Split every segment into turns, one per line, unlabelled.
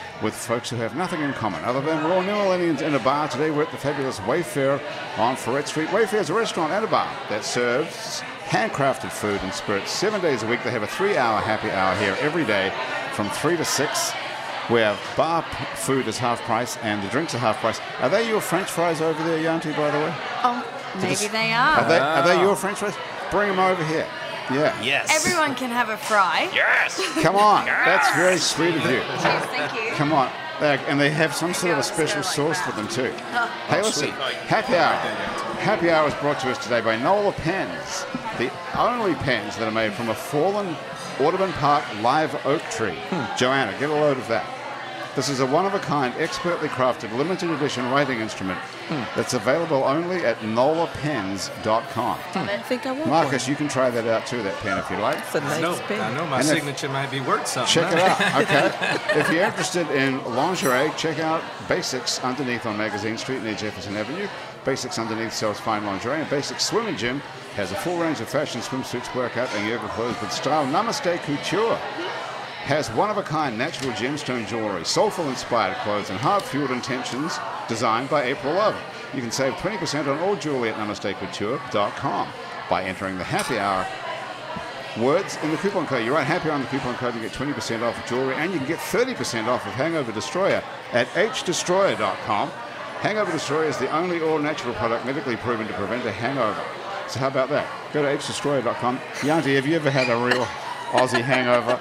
with folks who have nothing in common other than we're all New Orleanians in a bar. Today we're at the fabulous Wayfair on Ferret Street. Wayfair's a restaurant and a bar that serves handcrafted food and spirits seven days a week. They have a three hour happy hour here every day from three to six. Where bar p- food is half price and the drinks are half price. Are they your French fries over there, Yanti, by the way?
Oh, maybe they
Are
are.
they, are they your French fries? Bring them over here. Yeah.
Yes.
Everyone can have a fry.
Yes.
Come on. That's very sweet of you.
Please, thank you.
Come on. They- And they have some sort of a
Let's go
special
like
sauce
that.
for them too. Hey, listen, happy hour. Happy hour is brought to us today by Nola Pens, the only pens that are made from a fallen Audubon Park live oak tree. Joanna, get a load of that. This is a one-of-a-kind, expertly crafted, limited edition writing instrument that's available only at nolapens.com.
I think I want
Marcus, you can try that out too, that pen, if you like.
That's a nice
No,
pen.
I know my
And if-
signature might be worth something.
Check it out, okay? if you're interested in lingerie, check out Basics underneath on Magazine Street near Jefferson Avenue. Basics underneath sells fine lingerie, and Basics Swimming Gym has a full range of fashion swimsuits, workout, and yoga clothes with style. Namaste Couture has one of a kind natural gemstone jewelry, soulful inspired clothes, and heart fueled intentions designed by April Love. You can save 20% on all jewelry at namastecouture.com by entering the happy hour words in the coupon code. You're right, happy on the coupon code, you get 20% off of jewelry and you can get 30% off of Hangover Destroyer at hdestroyer.com. Hangover Destroyer is the only all natural product medically proven to prevent a hangover. So, how about that? Go to hdestroyer.com. Yanti, have you ever had a real Aussie hangover?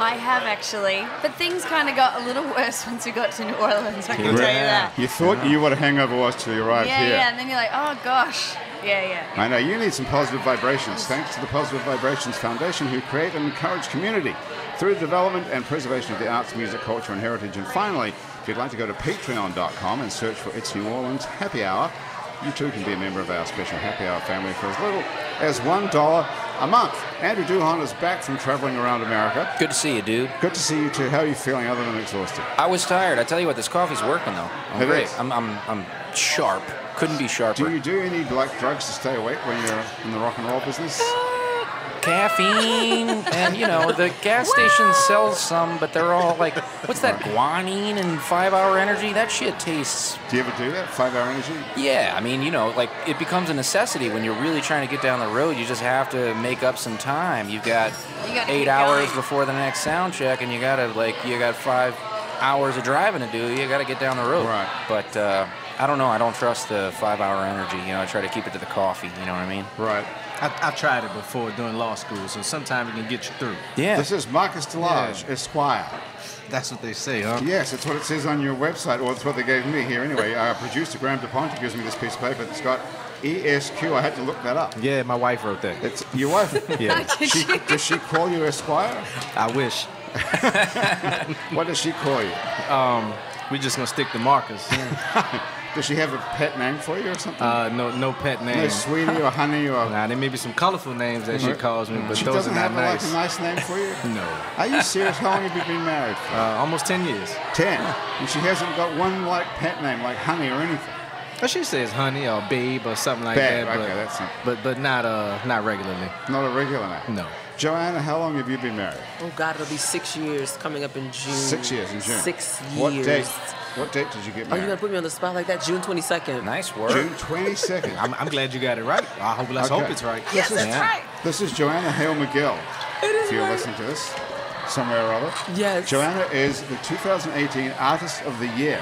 I have actually, but things kind of got a little worse once we got to New Orleans. I can tell you that.
You thought you knew what a hangover was till you arrived
Yeah,
here.
yeah, and then you're like, oh gosh, yeah, yeah.
I know you need some positive vibrations. Thanks to the Positive Vibrations Foundation, who create and encourage community through the development and preservation of the arts, music, culture, and heritage. And finally, if you'd like to go to patreon.com and search for It's New Orleans Happy Hour, you too can be a member of our special Happy Hour family for as little as $1 a month. Andrew Duhon is back from traveling around America.
Good to see you, dude.
Good to see you too. How are you feeling other than exhausted?
I was tired. I tell you what, this coffee's working though. I'm
It
great.
is.
I'm, I'm, I'm sharp. Couldn't be sharper.
Do you do any like drugs to stay awake when you're in the rock and roll business?
Caffeine, and you know the gas station sells some, but they're all like, what's that guanine and Five Hour Energy? That shit tastes.
Do you ever do that? Five hour energy?
Yeah, I mean, you know, like it becomes a necessity when you're really trying to get down the road. You just have to make up some time. You've got
You gotta
eight
keep
hours
going.
before the next sound check, and you gotta like you got five hours of driving to do. You gotta get down the road.
Right.
But uh, I don't know. I don't trust the five-hour energy. You know, I try to keep it to the coffee. You know what I mean?
Right.
I, I've tried it before during law school, so sometimes it can get you through.
Yeah.
This is Marcus Delage, Esquire.
That's what they say, huh?
Yes, it's what it says on your website, or it's what they gave me here anyway. Our producer, Graham DuPont, gives me this piece of paper that's got ESQ. I had to look that up.
Yeah, my wife wrote that.
It's your wife.
Yeah,
she, does she call you Esquire?
I wish.
What does she call you?
We're just gonna stick to Marcus.
Does she have a pet name for you or something?
Uh, no, no pet
no,
names.
sweetie or honey or.
Nah, there may be some colorful names that she calls me, but
she
those are
doesn't have
not nice.
a, like a nice name for you.
No.
Are you serious? How long have you been married? For?
Uh, almost ten years.
Ten. And she hasn't got one like pet name, like honey or anything.
But she says honey or babe or something like
Babe,
that.
okay,
but,
that's something.
but but not uh not regularly.
Not a regular name.
No.
Joanna, how long have you been married?
Oh God, it'll be six years coming up in June.
Six years in June.
Six years.
What date? What date did you get
Are you
married?
gonna put me on the spot like that? June twenty second.
nice work.
June Uh, twenty second.
I'm, I'm glad you got it right. I hope let's
Okay.
hope it's right.
Yes, that's
Yeah.
right.
This is Joanna Hale McGill.
is
If you're
right.
listening to this somewhere or other.
Yes.
Joanna is the 2018 Artist of the Year.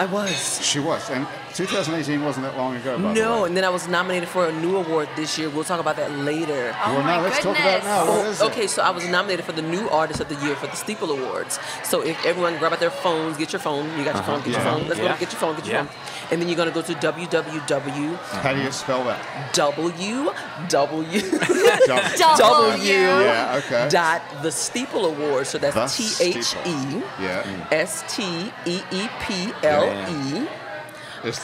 I was.
She was, and 2018 wasn't that long ago. By the
No,
way.
and then I was nominated for a new award this year. We'll talk about that later.
Oh
Well,
my
now let's
goodness.
talk about it now. What is it?
okay, so I was nominated for the New Artist of the Year for the Steeple Awards. So if everyone grab out their phones, get your phone. You got your phone. Get
Uh-huh. Yeah.
your phone. Let's go
Yeah.
to get your phone. Get your
Yeah.
phone. And then you're gonna go to www.
How do you spell that?
W
Double.
W
Yeah, okay.
dot the Steeple Award. So
The
that's T H E
Steeple. Yeah.
S T E E P L E
It's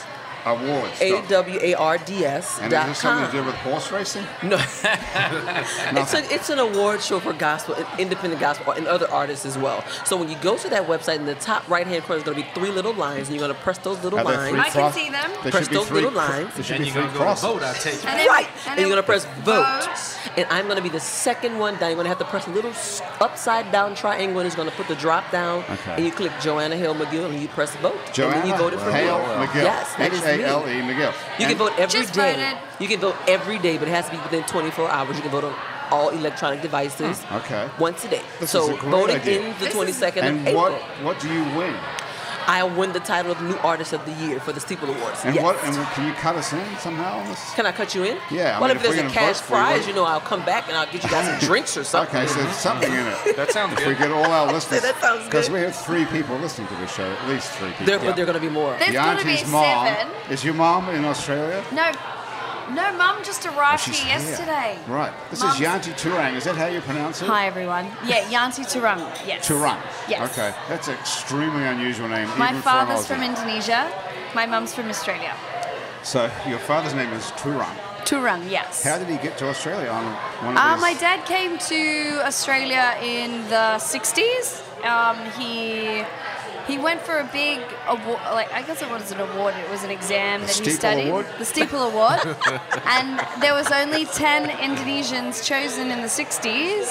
a wall. It's
A
got-
W A R D S
and it
dot
has something to do
com.
with horse racing?
No, it's, a, it's an award show for gospel, independent gospel, and other artists as well. So when you go to that website, in the top right hand corner is going to be three little lines, and you're going to press those little
Are there
lines.
three
I can
cross-
see them.
There
Press
should be
those
three
little
cro-
lines.
There should
And
be
you're
three
gonna go to
crosses.
vote. I take it.
And then-
Right.
and
And you're
then
gonna press vote.
vote.
And I'm gonna be the second one down. You're gonna have to press a little s- upside down triangle and it's gonna put the drop down.
Okay.
And you click Joanna Hill McGill and you press vote. and then
Joanna
you voted for
Hale
me.
McGill.
Yes, that is me.
H-A-L-E McGill.
You can
E And-
vote every day.
Just voted.
You can vote every day, but it has to be within 24 hours. You can vote on all electronic devices.
Oh, Okay.
Once a day.
This
so
is a great
voting
idea.
in the
This is-
22nd of
And
April,
what, what do you win?
I win the title of New Artist of the Year for the Steeple Awards.
And
yes.
what? And can you cut us in somehow? on this?
Can I cut you in?
Yeah, I
well,
mean,
if
if we're
there's a
gonna vote
cash
for you, what-
prize, you know, I'll come back and I'll get you guys some drinks or something.
Okay, so there's something in it.
That sounds
If we
good.
get all our listeners,
that sounds
because
good.
we have three people listening to this show, at least three people.
Therefore, there are going to be more.
There's
the
got to be
auntie's mom
seven.
is your mom in Australia?
No, no, Mum just arrived
Oh, She's
here
here.
yesterday.
Right. This
Mum's-
is Yanti Turang. Is that how you pronounce it?
Hi, everyone. Yeah, Yanti Turang. Yes.
Turang.
Yes.
Okay. That's an extremely unusual name.
My
even
father's
for an
from
Aussie.
Indonesia. My mum's from Australia.
So your father's name is Turang.
Turang, yes.
How did he get to Australia on one of
Uh,
these?
my dad came to Australia in the 60s. Um, he he went for a big award, like I guess it was an award. It was an exam that he
Steeple
studied,
Award?
the Steeple Award, and there was only 10 Indonesians chosen in the 60s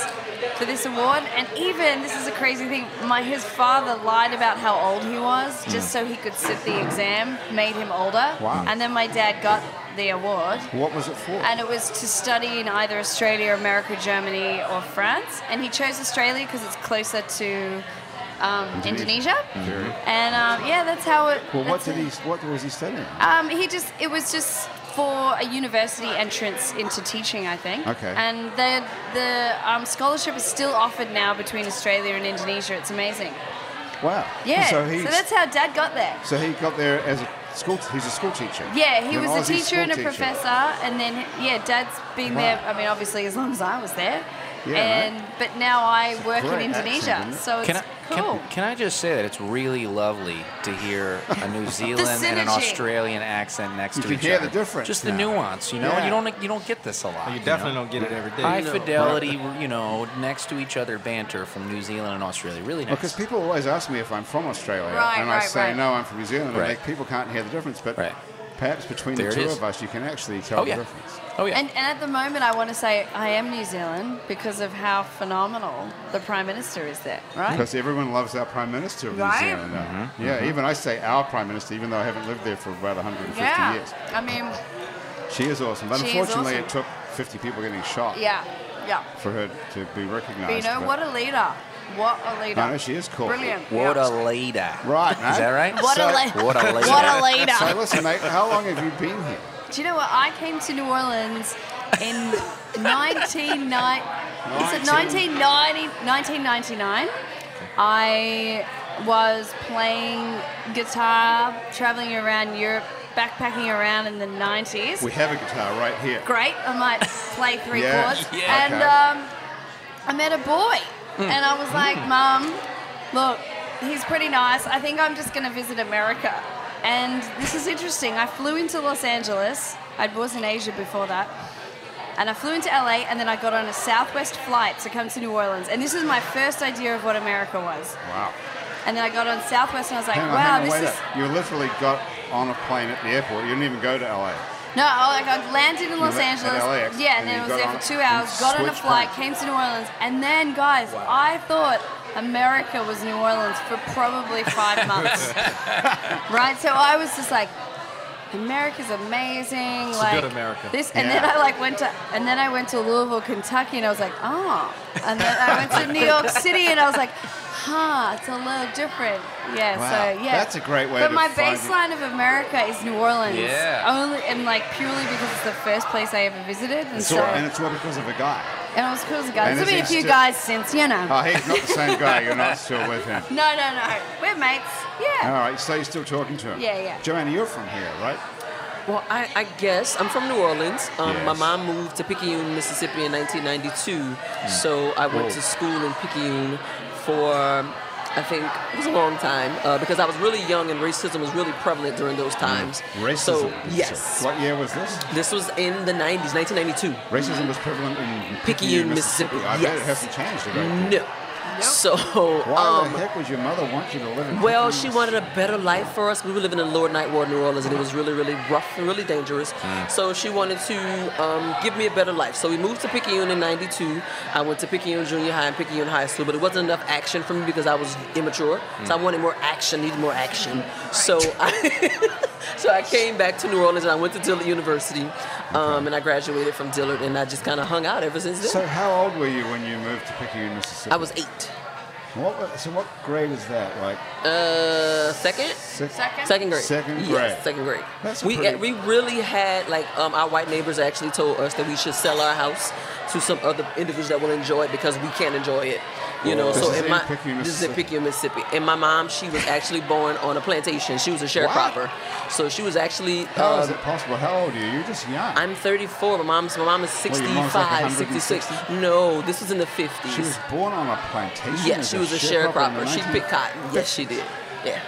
for this award. And even this is a crazy thing. My his father lied about how old he was just so he could sit the exam, made him older.
Hmm. Wow.
And then my dad got the award
What was it for?
and it was to study in either Australia, America, Germany, or France. And he chose Australia because it's closer to um, Indonesia.
Indonesia. Very-
And um, yeah, that's how it.
Well, what
that's
did
it.
he? What was he studying?
Um, he just it was just for a university entrance into teaching, I think.
Okay.
And the the um, scholarship is still offered now between Australia and Indonesia. It's amazing.
Wow.
Yeah.
So
So,
he.
that's how Dad got there.
so he got there as a school. He's a school teacher.
Yeah, he
An
was
Aussie
a teacher
school
and a
teacher.
professor, and then yeah, Dad's been there. I mean, obviously as long as I was there,
Yeah,
and but now I work in
great accent,
Indonesia,
isn't it?
so it's
Can I,
cool.
can, can I just say that it's really lovely to hear a New Zealand and an
synergy.
Australian accent next
You
to
can
each
hear
other.
the difference
Just the
now.
nuance, you know.
Yeah.
You don't you don't get this a lot.
You
know?
definitely don't get it every day.
high
No.
fidelity, you know, next to each other banter from New Zealand and Australia. Really nice.
Because people always ask me if I'm from Australia,
Right,
and I
right,
say
right.
no, I'm from New Zealand, and
Right.
they, people can't hear the difference. But
Right.
perhaps between
There
the
it
two
is.
of us, you can actually tell
oh
the
yeah,
difference.
oh yeah.
And, and at the moment, I want to say I am New Zealand because of how phenomenal the Prime Minister is there, right?
Because everyone loves our Prime Minister of
Right?
New Zealand. now.
Mm-hmm.
Yeah, even I say our Prime Minister, even though I haven't lived there for about 150
Yeah,
years.
I mean,
She is awesome. But
She is
unfortunately, it
awesome.
took 50 people getting shot
yeah, yeah.
for her to be recognized.
But you know
but-
what a leader! What a leader!
No, she is cool.
Brilliant.
what
yeah.
a leader.
Right,
Is that
eh?
right?
What a
So-
leader!
What a leader.
What a leader!
So listen, mate, how long have you been here?
Do you know what? I came to New Orleans in 1990. Is it
19?
1990, 1999? I was playing guitar, traveling around Europe, backpacking around in the 90s.
We have a guitar right here.
Great, I might play three
Yeah.
chords.
Yeah.
And
Okay. Hmm.
um, I met a boy, and I was like, Mum, look, he's pretty nice. I think I'm just going to visit America. And this is interesting. I flew into Los Angeles. I was in Asia before that. And I flew into LA, and then I got on a Southwest flight to come to New Orleans. And this is my first idea of what America was.
Wow.
And then I got on Southwest, and I was like,
Hang on,
wow,
hang on,
this
wait
is.
up. You literally got on a plane at the airport. You didn't even go to LA.
No, I- like I landed in Los
went at
Angeles.
LAX,
yeah,
and
and
you
then I was
got
there
on-
for two hours.
you
Got on a
switched
flight,
planes.
came to New Orleans, and then, guys, I thought America was New Orleans for probably five months. right, so I was just like, America's amazing.
It's a
like
good America.
This, and then
Yeah.
I like went to, and then I went to Louisville, Kentucky, and I was like, oh. And then I went to New York City, and I was like, huh, it's a little different. Yeah.
Wow,
So yeah,
that's a great way
But
to
my
find it.
baseline of America is New Orleans.
Yeah.
Only and like purely because it's the first place I ever visited, and
It's
so
all, and it's all because of a guy.
and it was cool as a guy.
and
There's
it's
been a few
insti-
guys since, you know.
Oh, he's not the same guy. You're not still with him.
No, no, no. We're mates.
All
Yeah.
right, so you're still talking to him.
Yeah, yeah.
Joanna, you're from here, right?
Well, I, I guess I'm from New Orleans. Um, My
Yes.
mom moved to Picayune, Mississippi in 1992. So I went
Mm. Whoa.
to school in Picayune for
I think it was a long time uh, because I was really young and racism was really prevalent during those times.
Mm. Racism.
So yes,
What year was this?
this was in the 90s, 1992.
Racism was prevalent in
Picayune, Mississippi.
I bet it
Yes.
hasn't changed a great deal.
No. So,
Why
um,
the heck would your mother want you to live in?
Well,
Picayune,
she wanted a better life for us. We were living in Lower Night Ward, New Orleans, and it was really, really rough and really dangerous. So she wanted to um, give me a better life. So we moved to Picayune in '92. I went to Picayune Junior High and Picayune High School, but it wasn't enough action for me because I was immature. So I wanted more action, needed more action. So I. So I came back to New Orleans and I went to Dillard University, um, and I graduated from Dillard, and I just kind of hung out ever since then.
So how old were you when you moved to Picayune, Mississippi?
I was eight,
What, wa- so what grade is that? Like
uh, second,
six?
Second?
Second grade.
Second
Yes,
grade.
second grade.
That's
we
pretty-
we really had like um, our white neighbors actually told us that we should sell our house to some other individuals that will enjoy it because we can't enjoy it. You know,
This
so
is
in
in
my
Picayune,
this is in
Mississippi.
Picayune, Mississippi, and my mom she was actually born on a plantation. She was a sharecropper, so she was actually.
How is
um,
it possible? How old are you? You're just young.
I'm 34. My mom's my mom is
Well, your mom's like
65, 66. No, this was in the 50s.
she was born on a plantation.
yeah,
as
she was a
in the
sharecropper. She
19
picked cotton. Yes, she did. Yeah.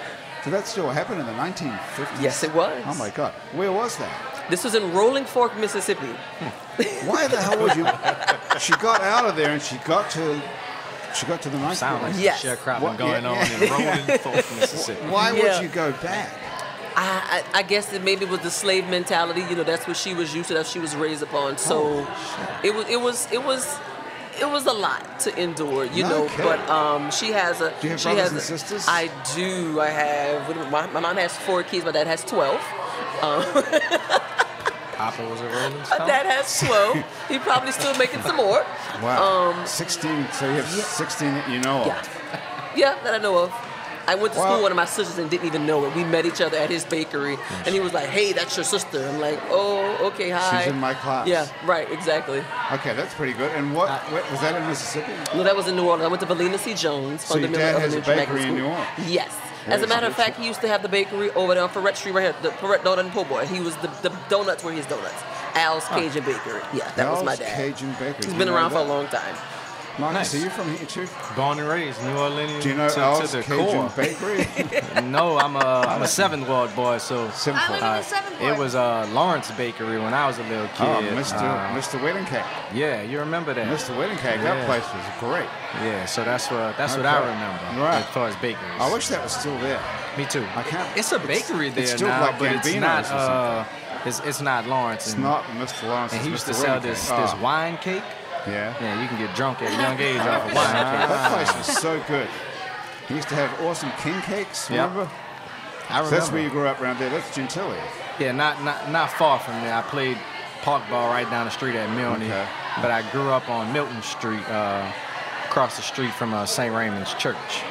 So that still happened in the 1950s.
Yes, it was.
Oh my God, where was that?
This was in Rolling Fork, Mississippi.
Why the hell would you? she got out of there and she got to, she got to the 1950s.
Sound like some
Yes.
sharecropping
What-
going
yeah,
on in Rolling Fork, Mississippi.
Why
Yeah.
would you go back?
I, I, I guess it maybe was the slave mentality. You know, that's what she was used to. That she was raised
Oh,
upon. So it was it was it was it was a lot to endure. You
No
know,
kidding.
but um, she has a
Do you have
she
brothers
has
and
a-
sisters?
I do. I have. what do- My, my mom has four kids. My dad has twelve.
Papa was a
Oh,
Rolling
My
Stone.
dad has twelve. he probably still making some more.
Wow. 16. So you have 16 that you know of.
Um, Yeah, yeah, that I know of. I went to
Wow.
school with one of my sisters and didn't even know it. We met each other at his bakery, and he was like, "Hey, that's your sister." I'm like, "Oh, okay, hi."
in my class.
Yeah, right, exactly.
Okay, that's pretty good. And what,
Uh,
what was that in Mississippi?
No, that was in New Orleans. I went to Valina C. Jones.
So your
Fundamental
dad has a
Elementary Magnet
bakery in
School.
New Orleans?
Yes.
Where
As a
is
matter
it?
of fact, he used to have the bakery over there on Ferret Street right here, the Ferret Donut and Po' Boy. He was the, the donuts were his donuts. Al's Cajun Bakery. Yeah, that was my
Al's
dad.
Cajun Bakery.
He's
You
been
know
around for a
that?
long time.
Marcus,
Nice.
are you from here too?
Born and raised, New Orleans
Do you know
to,
Al's
to the
Cajun
core.
Bakery? Oh,
No, I'm a I'm a seventh ward boy, so
Simple.
I live in the seventh
it was uh, Lawrence Bakery when I was a little kid.
Oh, Mr.
Uh,
Mr. Wedding Cake.
yeah, you remember that?
Mr. Wedding Cake, that
Yeah.
place was great.
Yeah, so that's what that's what I
Okay.
remember
Right.
as far as bakeries.
I wish that was still there.
Me too.
I can't-
It's a
it's-
bakery
it's
there
still
now,
like
but it's
Gambino's
not.
or something.
Uh, it's, it's not Lawrence.
It's
and,
not Mr. Lawrence.
Mm. And
it's
he used
Mr.
to sell
Wedding
this
Cake.
this
Oh,
wine Ah. cake.
Yeah.
Yeah, you can get drunk at a young age off of wine.
That place was so good. He used to have awesome king cakes,
Yep.
remember?
I remember.
So that's where you grew up around there. That's Gentilly.
Yeah, not, not not far from there. I played park ball right down the street at Milne,
Okay.
but I grew up on Milton Street, uh, across the street from uh, St. Raymond's Church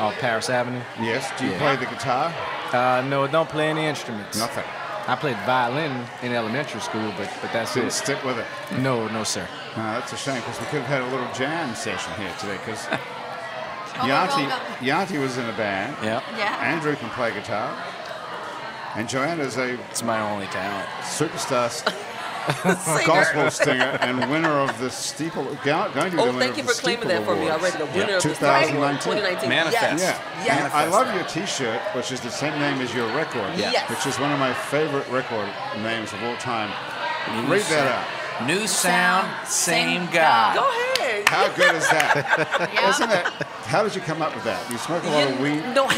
on Paris Avenue.
Yes. Do you
Yeah.
play the guitar?
Uh, no, don't play any instruments.
Nothing.
I played violin in elementary school, but but that's
Didn't
it.
stick with it.
No, no, sir.
No, that's a shame because we could have had a little jam session here today because
Oh, we're all
Yanti,
done.
Yanti was in a band.
Yeah.
Yeah.
Andrew can play guitar. And Joanna's a
It's my only talent.
superstar s-
Singer.
gospel singer and winner of the Steeple. Gal- Going to be the
Oh,
winner
thank
of
you
the
for claiming
Steeple
that for me
Awards.
already. The winner of the
2019.
2019.
Manifest.
Yes.
Yeah.
Yes.
And I love your T-shirt, which is the same name as your record,
Yeah. Yes.
which is one of my favorite record names of all time.
New
Read
sound,
that out.
New sound, same
same
God.
Go ahead.
How good is that? Isn't
Yeah.
that? How did you come up with that? You smoke a lot of
You-
weed.
No, I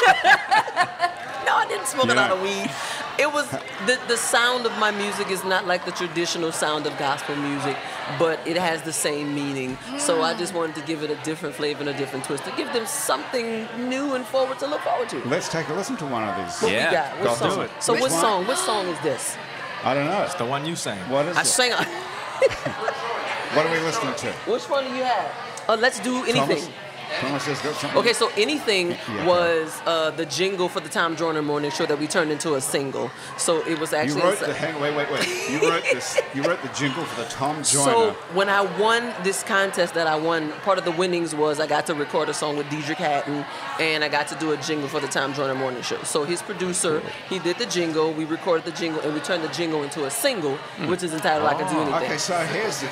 didn't. no, I didn't smoke
You're
a lot
not-
of weed. It was the, the sound of my music is not like the traditional sound of gospel music, but it has the same meaning. So I just wanted to give it a different flavor and a different twist to give them something new and forward to look forward to.
Let's take a listen to one of these.
What
Yeah.
we got? What
Go
song?
do it.
So
Which
what
one?
song? What song is this?
I don't know.
The one you sang.
What is
I
it?
sang. on-
what are we listening to?
Which one do you have? Uh, let's do anything.
Thomas, Thomas has got something.
Okay, so anything
Yeah.
was uh, the jingle for the Tom Joyner Morning Show that we turned into a single. So it was
You
actually uh,
wrote the hang. Wait, wait, wait. You wrote this. You wrote the jingle for the Tom Joyner.
So when I won this contest that I won, part of the winnings was I got to record a song with Dedrick Hatton, and I got to do a jingle for the Tom Joyner Morning Show. So his producer, he did the jingle,
Mm. Oh,
we recorded the jingle, and we turned the jingle into a single, which is entitled "I Can Do Anything."
okay, so here's the.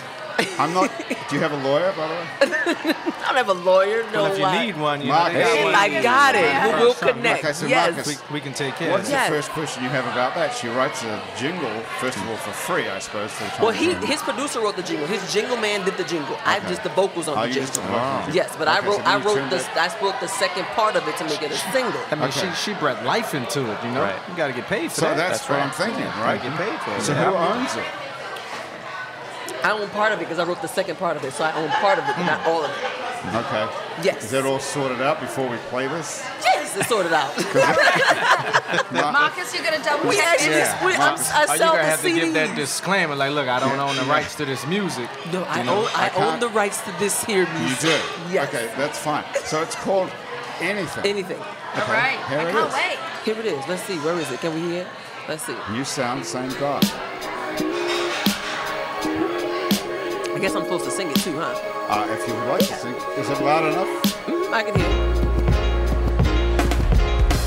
I'm not. Do you have a lawyer, by the way?
I don't have a lawyer. No.
Well, if you
why.
need one, you
Marcus.
know, they
If
got
I
one.
got it, we will
Okay, so
connect.
Marcus-
yes.
Marcus-
We, we can take care of
What's
it.
Yes.
the first question you have about that? She writes a jingle, first of all, for free, I suppose. For the time
Well, he,
being.
his producer wrote the jingle. His jingle man did the jingle. I just the vocals on
Oh,
the
you just
jingle.
did the vocals. Wow.
Yes, but I
Okay,
wrote
so
I
you
wrote
tuned
the
it.
I wrote the second part of it to make it a single.
I mean,
Okay.
she, she bred life into it, you know?
Right.
You got to get paid for
So
that.
that's what I'm thinking, right?
Gotta get paid for it.
So
Yeah.
who owns it?
I own part of it because I wrote the second part of it, so I own part of it, but
Hmm.
not all of it.
Okay.
Yes.
Is that all sorted out before we play this?
Yes, it's sorted out.
Marcus, you're going to double
we
check
actually,
this?
we, I'm, I
Are you
sell
gonna
the
have to
CD.
give that disclaimer? Like, look, I don't own the
yeah.
rights to this music.
no, I
You know,
own I,
I
own
can't-
the rights to this here
You
music.
do.
Yes.
Okay, that's fine. So it's called anything.
Anything.
All right.
Here
I
it
can't
is.
wait.
Here it is. Let's see. Where is it? Can we hear? it? Let's see.
you sound same God.
I guess I'm supposed to sing it too, huh?
Uh, if you would like to sing, is it loud enough?
Mm, I can hear. it.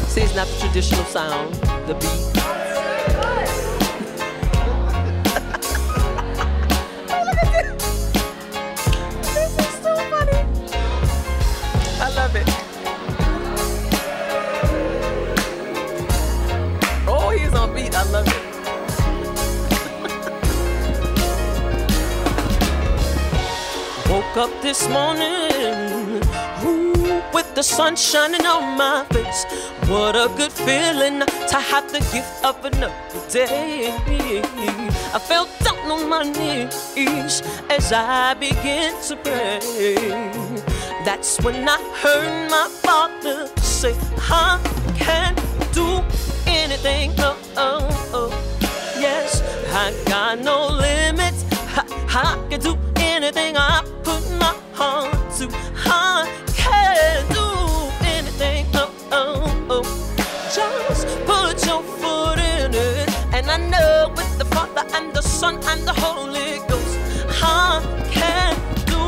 See, it's not the traditional sound, the beat. Oh, look at this. This is so funny. I love it. Oh, he's on beat. I love it. Woke up this morning ooh, with the sun shining on my face. What a good feeling to have the gift of another day. I fell down on my knees as I began to pray. That's when I heard my father say, I can do anything. Oh, oh, oh. Yes, I got no limits. I, I can do anything I put my heart to. I can do anything. Oh, oh, oh. Just put your foot in it. And I know with the Father and the Son and the Holy Ghost, I can do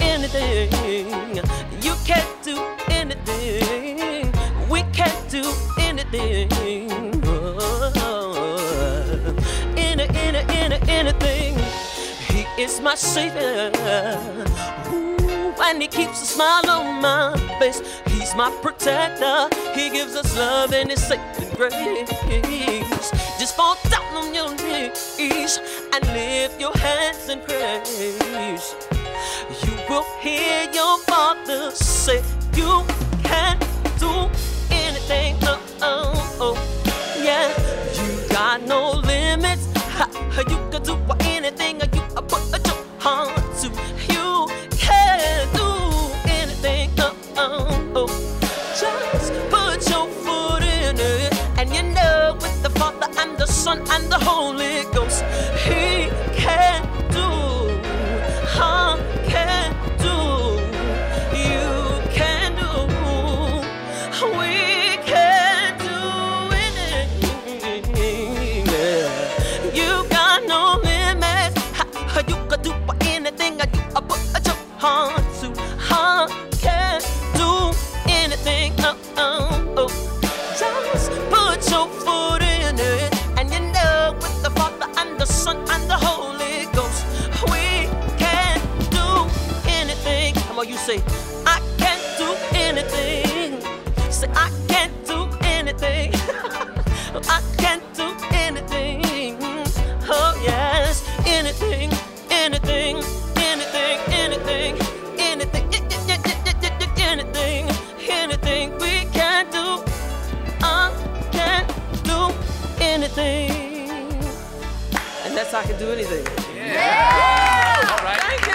anything. You can't do anything. We can't do anything. Any, any, any, anything. He is my savior. Ooh, and he keeps a smile on my face. He's my protector. He gives us love and his sacred grace. Just fall down on your knees and lift your hands in praise. You will hear your father say, You can do anything. Oh, oh, oh. Yeah, you got no limits. Ha, ha, you can do anything. You I put your heart to. You can do anything. Oh, oh, oh. Just put your foot in it. And you know, with the Father and the Son and the Holy Ghost, He can do. I can do. You can do. We can do anything. You got no limits. Ha- ha, You can do anything. I do. I put your heart to. I can do anything. Oh, oh, oh. Just put your foot in it. eh? And you know, with the Father and the Son and the Holy Ghost, we can do anything. Come on, you say, I can do anything. Say, I can do anything. I can do anything. Oh, yes, anything, anything, anything, anything, anything, anything, anything we can do. I can do anything. And that's how I can do anything. Thank you.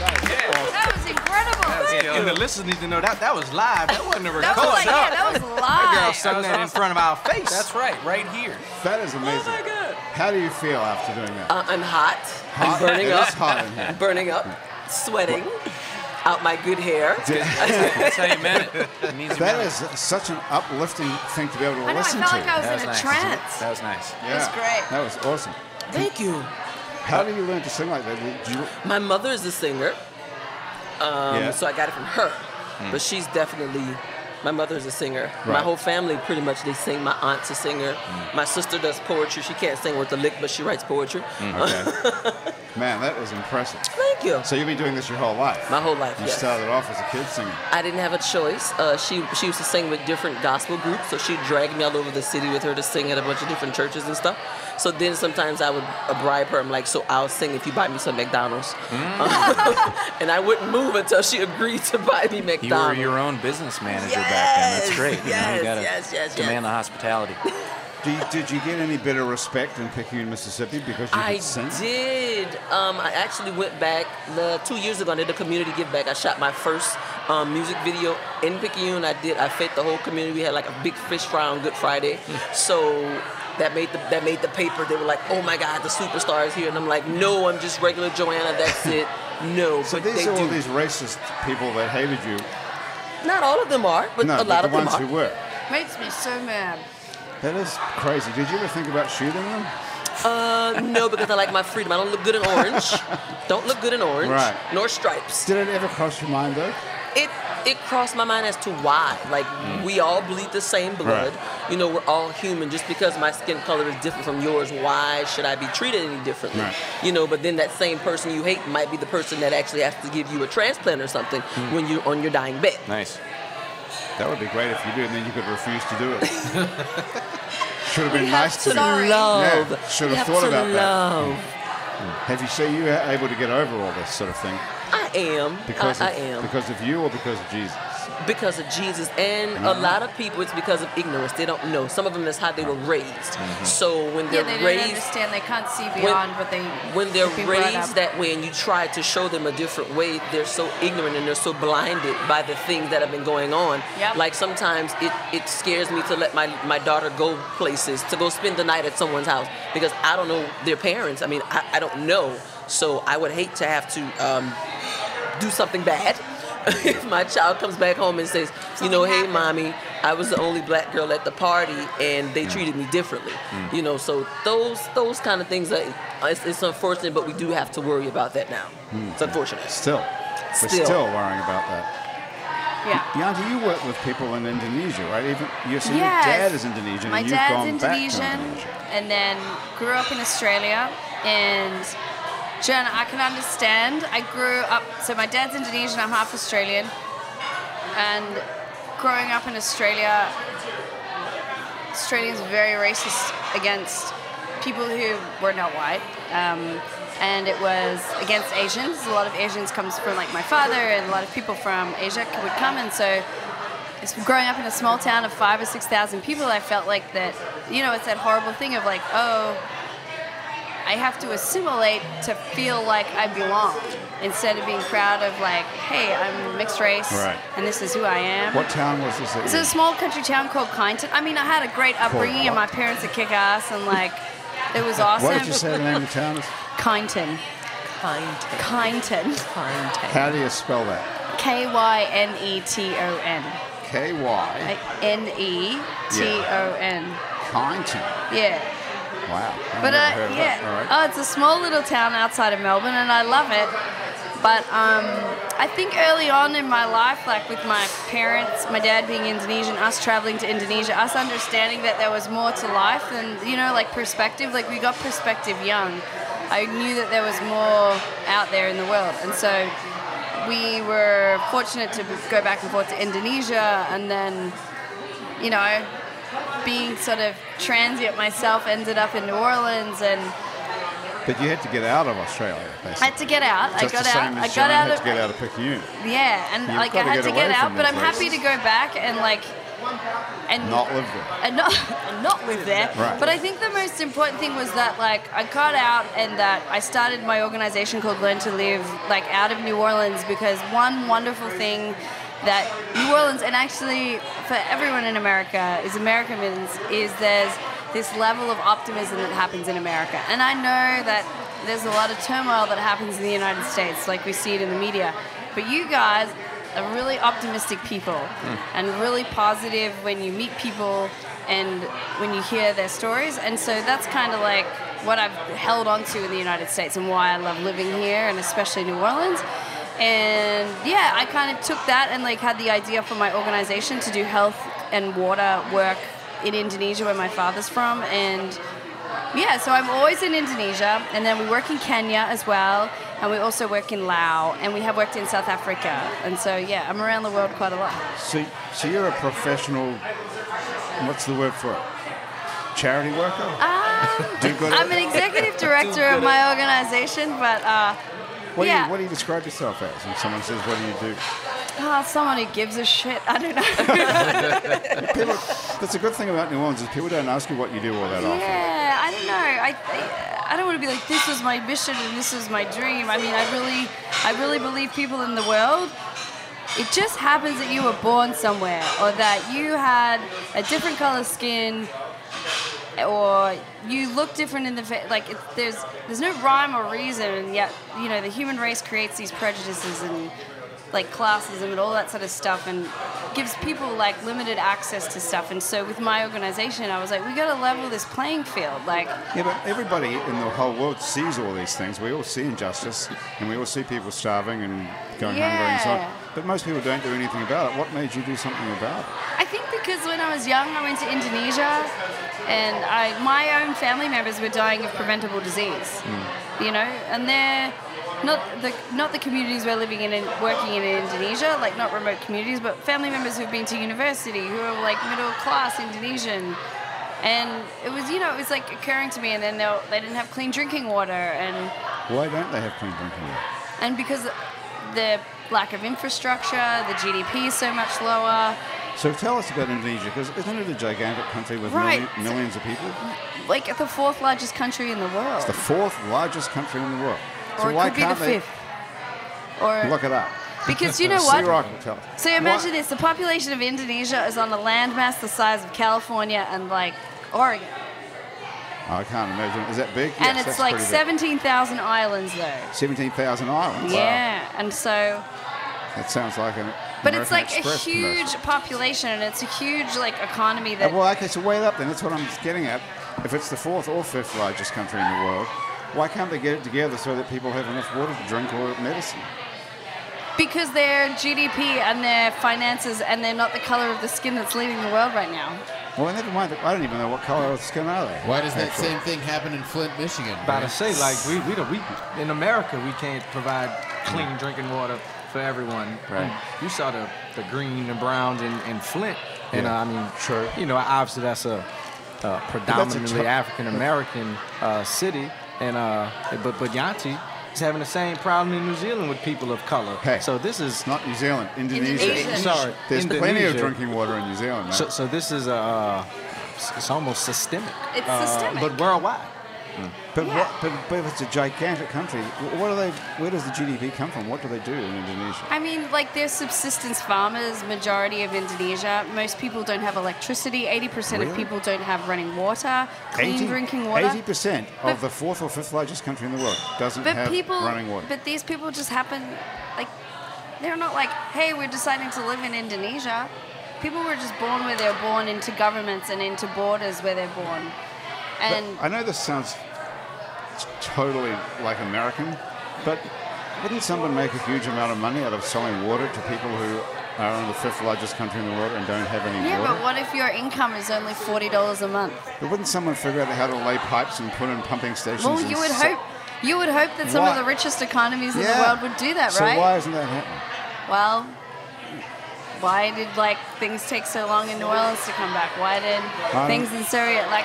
That was incredible.
Yeah, and the listeners need to know that that was live. That wasn't a recording.
That was like, yeah, that was
Girl
live.
sung that in front of our face.
That's right, right here.
That
Oh
is amazing.
God.
How do you feel after doing that?
Uh, I'm hot.
Hot?
I'm burning
It
up.
is hot in here.
Burning up. Sweating. Out my good hair.
That's how you meant it. It needs to be
That
done.
is such an uplifting thing to be able to
I know, I
listen
felt
to.
like I was in a
nice.
trance.
That was nice.
yeah.
was great.
That was awesome.
Thank you.
How do you learn to sing like that? Do you,
My mother is a singer, um,
Yeah. Hmm.
so I got it from her. But she's definitely
My mother's a singer. My
Right. Hmm.
whole family pretty much they sing. My aunt's a singer. My sister does poetry. She can't sing worth a lick, but she writes poetry.
Hmm. Okay. Man, that is impressive.
Thank you.
So you've been doing this your whole life?
My whole life.
You
yes.
started off as a kid singer.
I didn't have a choice. Uh, she she used to sing with different gospel groups, so she dragged me all over the city with her to sing at a bunch of different churches and stuff. So then sometimes I would uh, bribe her. I'm like, so I'll sing if you buy me some McDonald's, and I wouldn't move until she agreed to buy
Mm. You
me
were
McDonald's.
your own business manager back then. That's
Yes,
great. You, know,
yes,
you gotta
yes, yes,
demand
yes.
the hospitality.
Do you, did you get any better respect in Picayune, Mississippi because you
I
could sing?
did. Um, I actually went back the, two years ago. I did a community give back. I shot my first um, music video in Picayune. I did. I fed the whole community. We had like a big fish fry on Good Friday. so that made the that made the paper. They were like, "Oh my God, the superstar is here!" And I'm like, "No, I'm just regular Joanna. That's it." No,
So
but
these
they
are all
do.
these racist people that hated you.
Not all of them are, but
no,
a lot
but
of
the
them
ones
are.
who were.
Makes me so mad.
That is crazy. Did you ever think about shooting them?
Uh, no, because I like my freedom. I don't look good in orange. don't look good in orange.
Right.
Nor stripes.
Did it ever cross your mind though?
it it crossed my mind as to why. Like
Mm.
we all bleed the same blood. You know, we're all human. Just because my skin color is different from yours, why should I be treated any differently?
Right.
You know, but then that same person you hate might be the person that actually has to give you a transplant or something
Hmm.
when you're on your dying bed.
Nice.
That would be great if you did, and then you could refuse to do it. Should have
We
been
have
nice to
to
do.
know. Sorry.
Love.
Yeah, should
You
have
have
thought
to
about that.
love.
Have you say you are able to get over all this sort of thing
I am.
Hmm. because
I, I
of,
am.
because of you or because of Jesus?
because of Jesus. And a
Uh-huh.
lot of people, it's because of ignorance. They don't know. Some of them, that's how they were raised.
Mm-hmm.
So when
Yeah,
they're
they don't
raised
understand. They can't see beyond what they.
when they're
what they brought
raised
up.
that way and you try to show them a different way, they're so ignorant and they're so blinded by the things that have been going on.
Yep.
Like sometimes it, it scares me to let my, my daughter go places, to go spend the night at someone's house because I don't know their parents. I mean, I, I don't know. So I would hate to have to um, do something bad. if my child comes back home and says, you know,
Something
hey,
happened."
mommy, I was the only black girl at the party and they treated me differently. You know, so those those kind of things, are, it's, it's unfortunate, but we do have to worry about that now. It's unfortunate.
Still, we're
Still.
still worrying about that.
yeah.
Yanti, you work with people in Indonesia, right? Even you so
Yes.
your dad is Indonesian.
My
and you've
dad's
gone
Indonesian,
back to Indonesia.
and then grew up in Australia. And Jen, I can understand. I grew up. So my dad's Indonesian. I'm half Australian. And growing up in Australia, Australians are very racist against people who were not white. Um, and it was against Asians. A lot of Asians comes from like my father, and a lot of people from Asia would come, and so it's growing up in a small town of five or six thousand people, I felt like that, you know, it's that horrible thing of like, oh, I have to assimilate to feel like I belong, instead of being proud of like, hey, I'm mixed race,
Right.
and this is who I am.
What town was this? that
It's
you-
a small country town called Kyneton. I mean, I had a great upbringing, and my parents are kick ass, and like, it was awesome.
What did you say the name of the town is?
Kyneton.
Kind,
Kyneton.
kind.
How do you spell that?
K Y N E T O N.
K Y
N E T O N.
Kyneton.
Yeah.
Wow. I've
But
never
uh,
heard of
yeah,
that. All right.
oh, it's a small little town outside of Melbourne, and I love it. But um, I think early on in my life, like with my parents, my dad being Indonesian, us traveling to Indonesia, us understanding that there was more to life than you know, like perspective. Like we got perspective young. I knew that there was more out there in the world, and so we were fortunate to go back and forth to Indonesia, and then you know being sort of transient myself, ended up in New Orleans, and
But you had to get out of Australia, basically.
I had to get out.
Just
I got
the same As
out. I got
Joanna
out
had
of Mm-hmm.
to get out of Picayune.
yeah, and
You've
like I
gotta
had
get
to
away
get out,
from
but
these
I'm happy to
places.
go back and like and
Not live there.
and not and not live there.
Right.
But I think the most important thing was that like I got out and that I started my organization called Learn to Live like out of New Orleans because one wonderful thing that New Orleans and actually for everyone in America is Americans is there's this level of optimism that happens in America. And I know that there's a lot of turmoil that happens in the United States, like we see it in the media. But you guys are really optimistic people and really positive when you meet people and when you hear their stories. And so that's kind of like what I've held on to in the United States and why I love living here and especially New Orleans And yeah, I kind of took that and like had the idea for my organization to do health and water work in Indonesia, where my father's from. And yeah, so I'm always in Indonesia, and then we work in Kenya as well, and we also work in Laos, and we have worked in South Africa. And so yeah, I'm around the world quite a lot.
So, so you're a professional. What's the word for it? Charity worker.
Um,
Do good
I'm an executive director of my organization, but uh,
What, do
yeah,
you, what do you describe yourself as? When someone says, "What do you do?"
Ah, someone who gives a shit. I don't know.
People, that's a good thing about New Orleans is people don't ask you what you do all that often.
yeah, I don't know. I, I I don't want to be like this was my mission and this was my dream. I mean, I really I really believe people in the world. It just happens that you were born somewhere, or that you had a different color skin, or you look different in the fa- like it, there's there's no rhyme or reason and yet you know the human race creates these prejudices and like classism and all that sort of stuff and gives people like limited access to stuff and so with my organization i was like we got to level this playing field like
Yeah, but everybody in the whole world sees all these things. We all see injustice, and we all see people starving and going hungry and so on.
Yeah.
But most people don't do anything about it. What made you do something about it?
I think because when I was young, I went to Indonesia, and I my own family members were dying of preventable disease. You know, and they're not the not the communities we're living in and working in in Indonesia, like not remote communities, but family members who've been to university who are like middle class Indonesian. And it was, you know, it was like occurring to me, and then they were- they didn't have clean drinking water, and
Why don't they have clean drinking water?
and because the lack of infrastructure, the GDP is so much lower.
So tell us about Indonesia, because isn't it a gigantic country with
Right.
milli- millions of people?
like the fourth largest country in the world,
The fourth largest country in the world. So
or it
why
could be the
can't
fifth.
they
Or
look it up?
because you know
See
what?
Rock will tell us.
So imagine
What-
this: the population of Indonesia is on a landmass the size of California and like Oregon,
I can't imagine. Is that big? Yes,
and it's
that's
like
pretty big.
seventeen thousand islands though.
17,000 islands.
Yeah, and so,
Wow. That sounds like an.
but it's
American
like
Express
a
commercial.
huge population, and it's a huge like economy
Uh,
that.
Well, okay, so wait up then. That's what I'm getting at. If it's the fourth or fifth largest country in the world, why can't they get it together so that people have enough water to drink or medicine?
Because their GDP and their finances and they're not the color of the skin that's leading the world right now.
Well, never mind. I don't even know what color of skin are they.
Why does that
actually.
same thing happen in Flint, Michigan?
About to
man?
say, like we, we, don't, we in America, we can't provide clean drinking water for everyone. Mm.
Right.
You saw the, the green and browns in, in Flint, and
Yeah.
uh, I mean,
True.
you know, obviously that's a, uh predominantly
tough-
African American uh, city, and uh, but but Yanti is having the same problem in New Zealand with people of color.
Hey.
so this is
It's not New Zealand, Indonesia.
Indonesia.
Sorry,
There's plenty of
Indonesia.
drinking water in New Zealand. mate.
So, so this is uh, it's- it's almost systemic.
It's
uh,
systemic.
but worldwide.
but,
yeah.
what, but, but if it's a gigantic country, wh- what are they? Where does the GDP come from? What do they do in Indonesia?
I mean, like they're subsistence farmers, majority of Indonesia. Most people don't have electricity. 80%
Really?
of people don't have running water, clean
80
drinking water.
80% of
But-
the fourth or fifth largest country in the world doesn't
but
have
people,
running water.
but these people just happen, like, they're not like, hey, we're deciding to live in Indonesia. People were just born where they're born into governments and into borders where they're born. And
I know this sounds t- totally like American, but wouldn't someone make a huge amount of money out of selling water to people who are in the fifth largest country in the world and don't have any
yeah,
water?
but what if your income is only $40 a month?
But wouldn't someone figure out how to lay pipes and put in pumping stations?
Well,
and
you would
so-
hope. You would hope that some
Why-
of the richest economies in the
Yeah.
world would do that,
So
right?
why isn't that happening?
Well, why did like things take so long in New Orleans to come back? Why did
Um,
things in Syria like?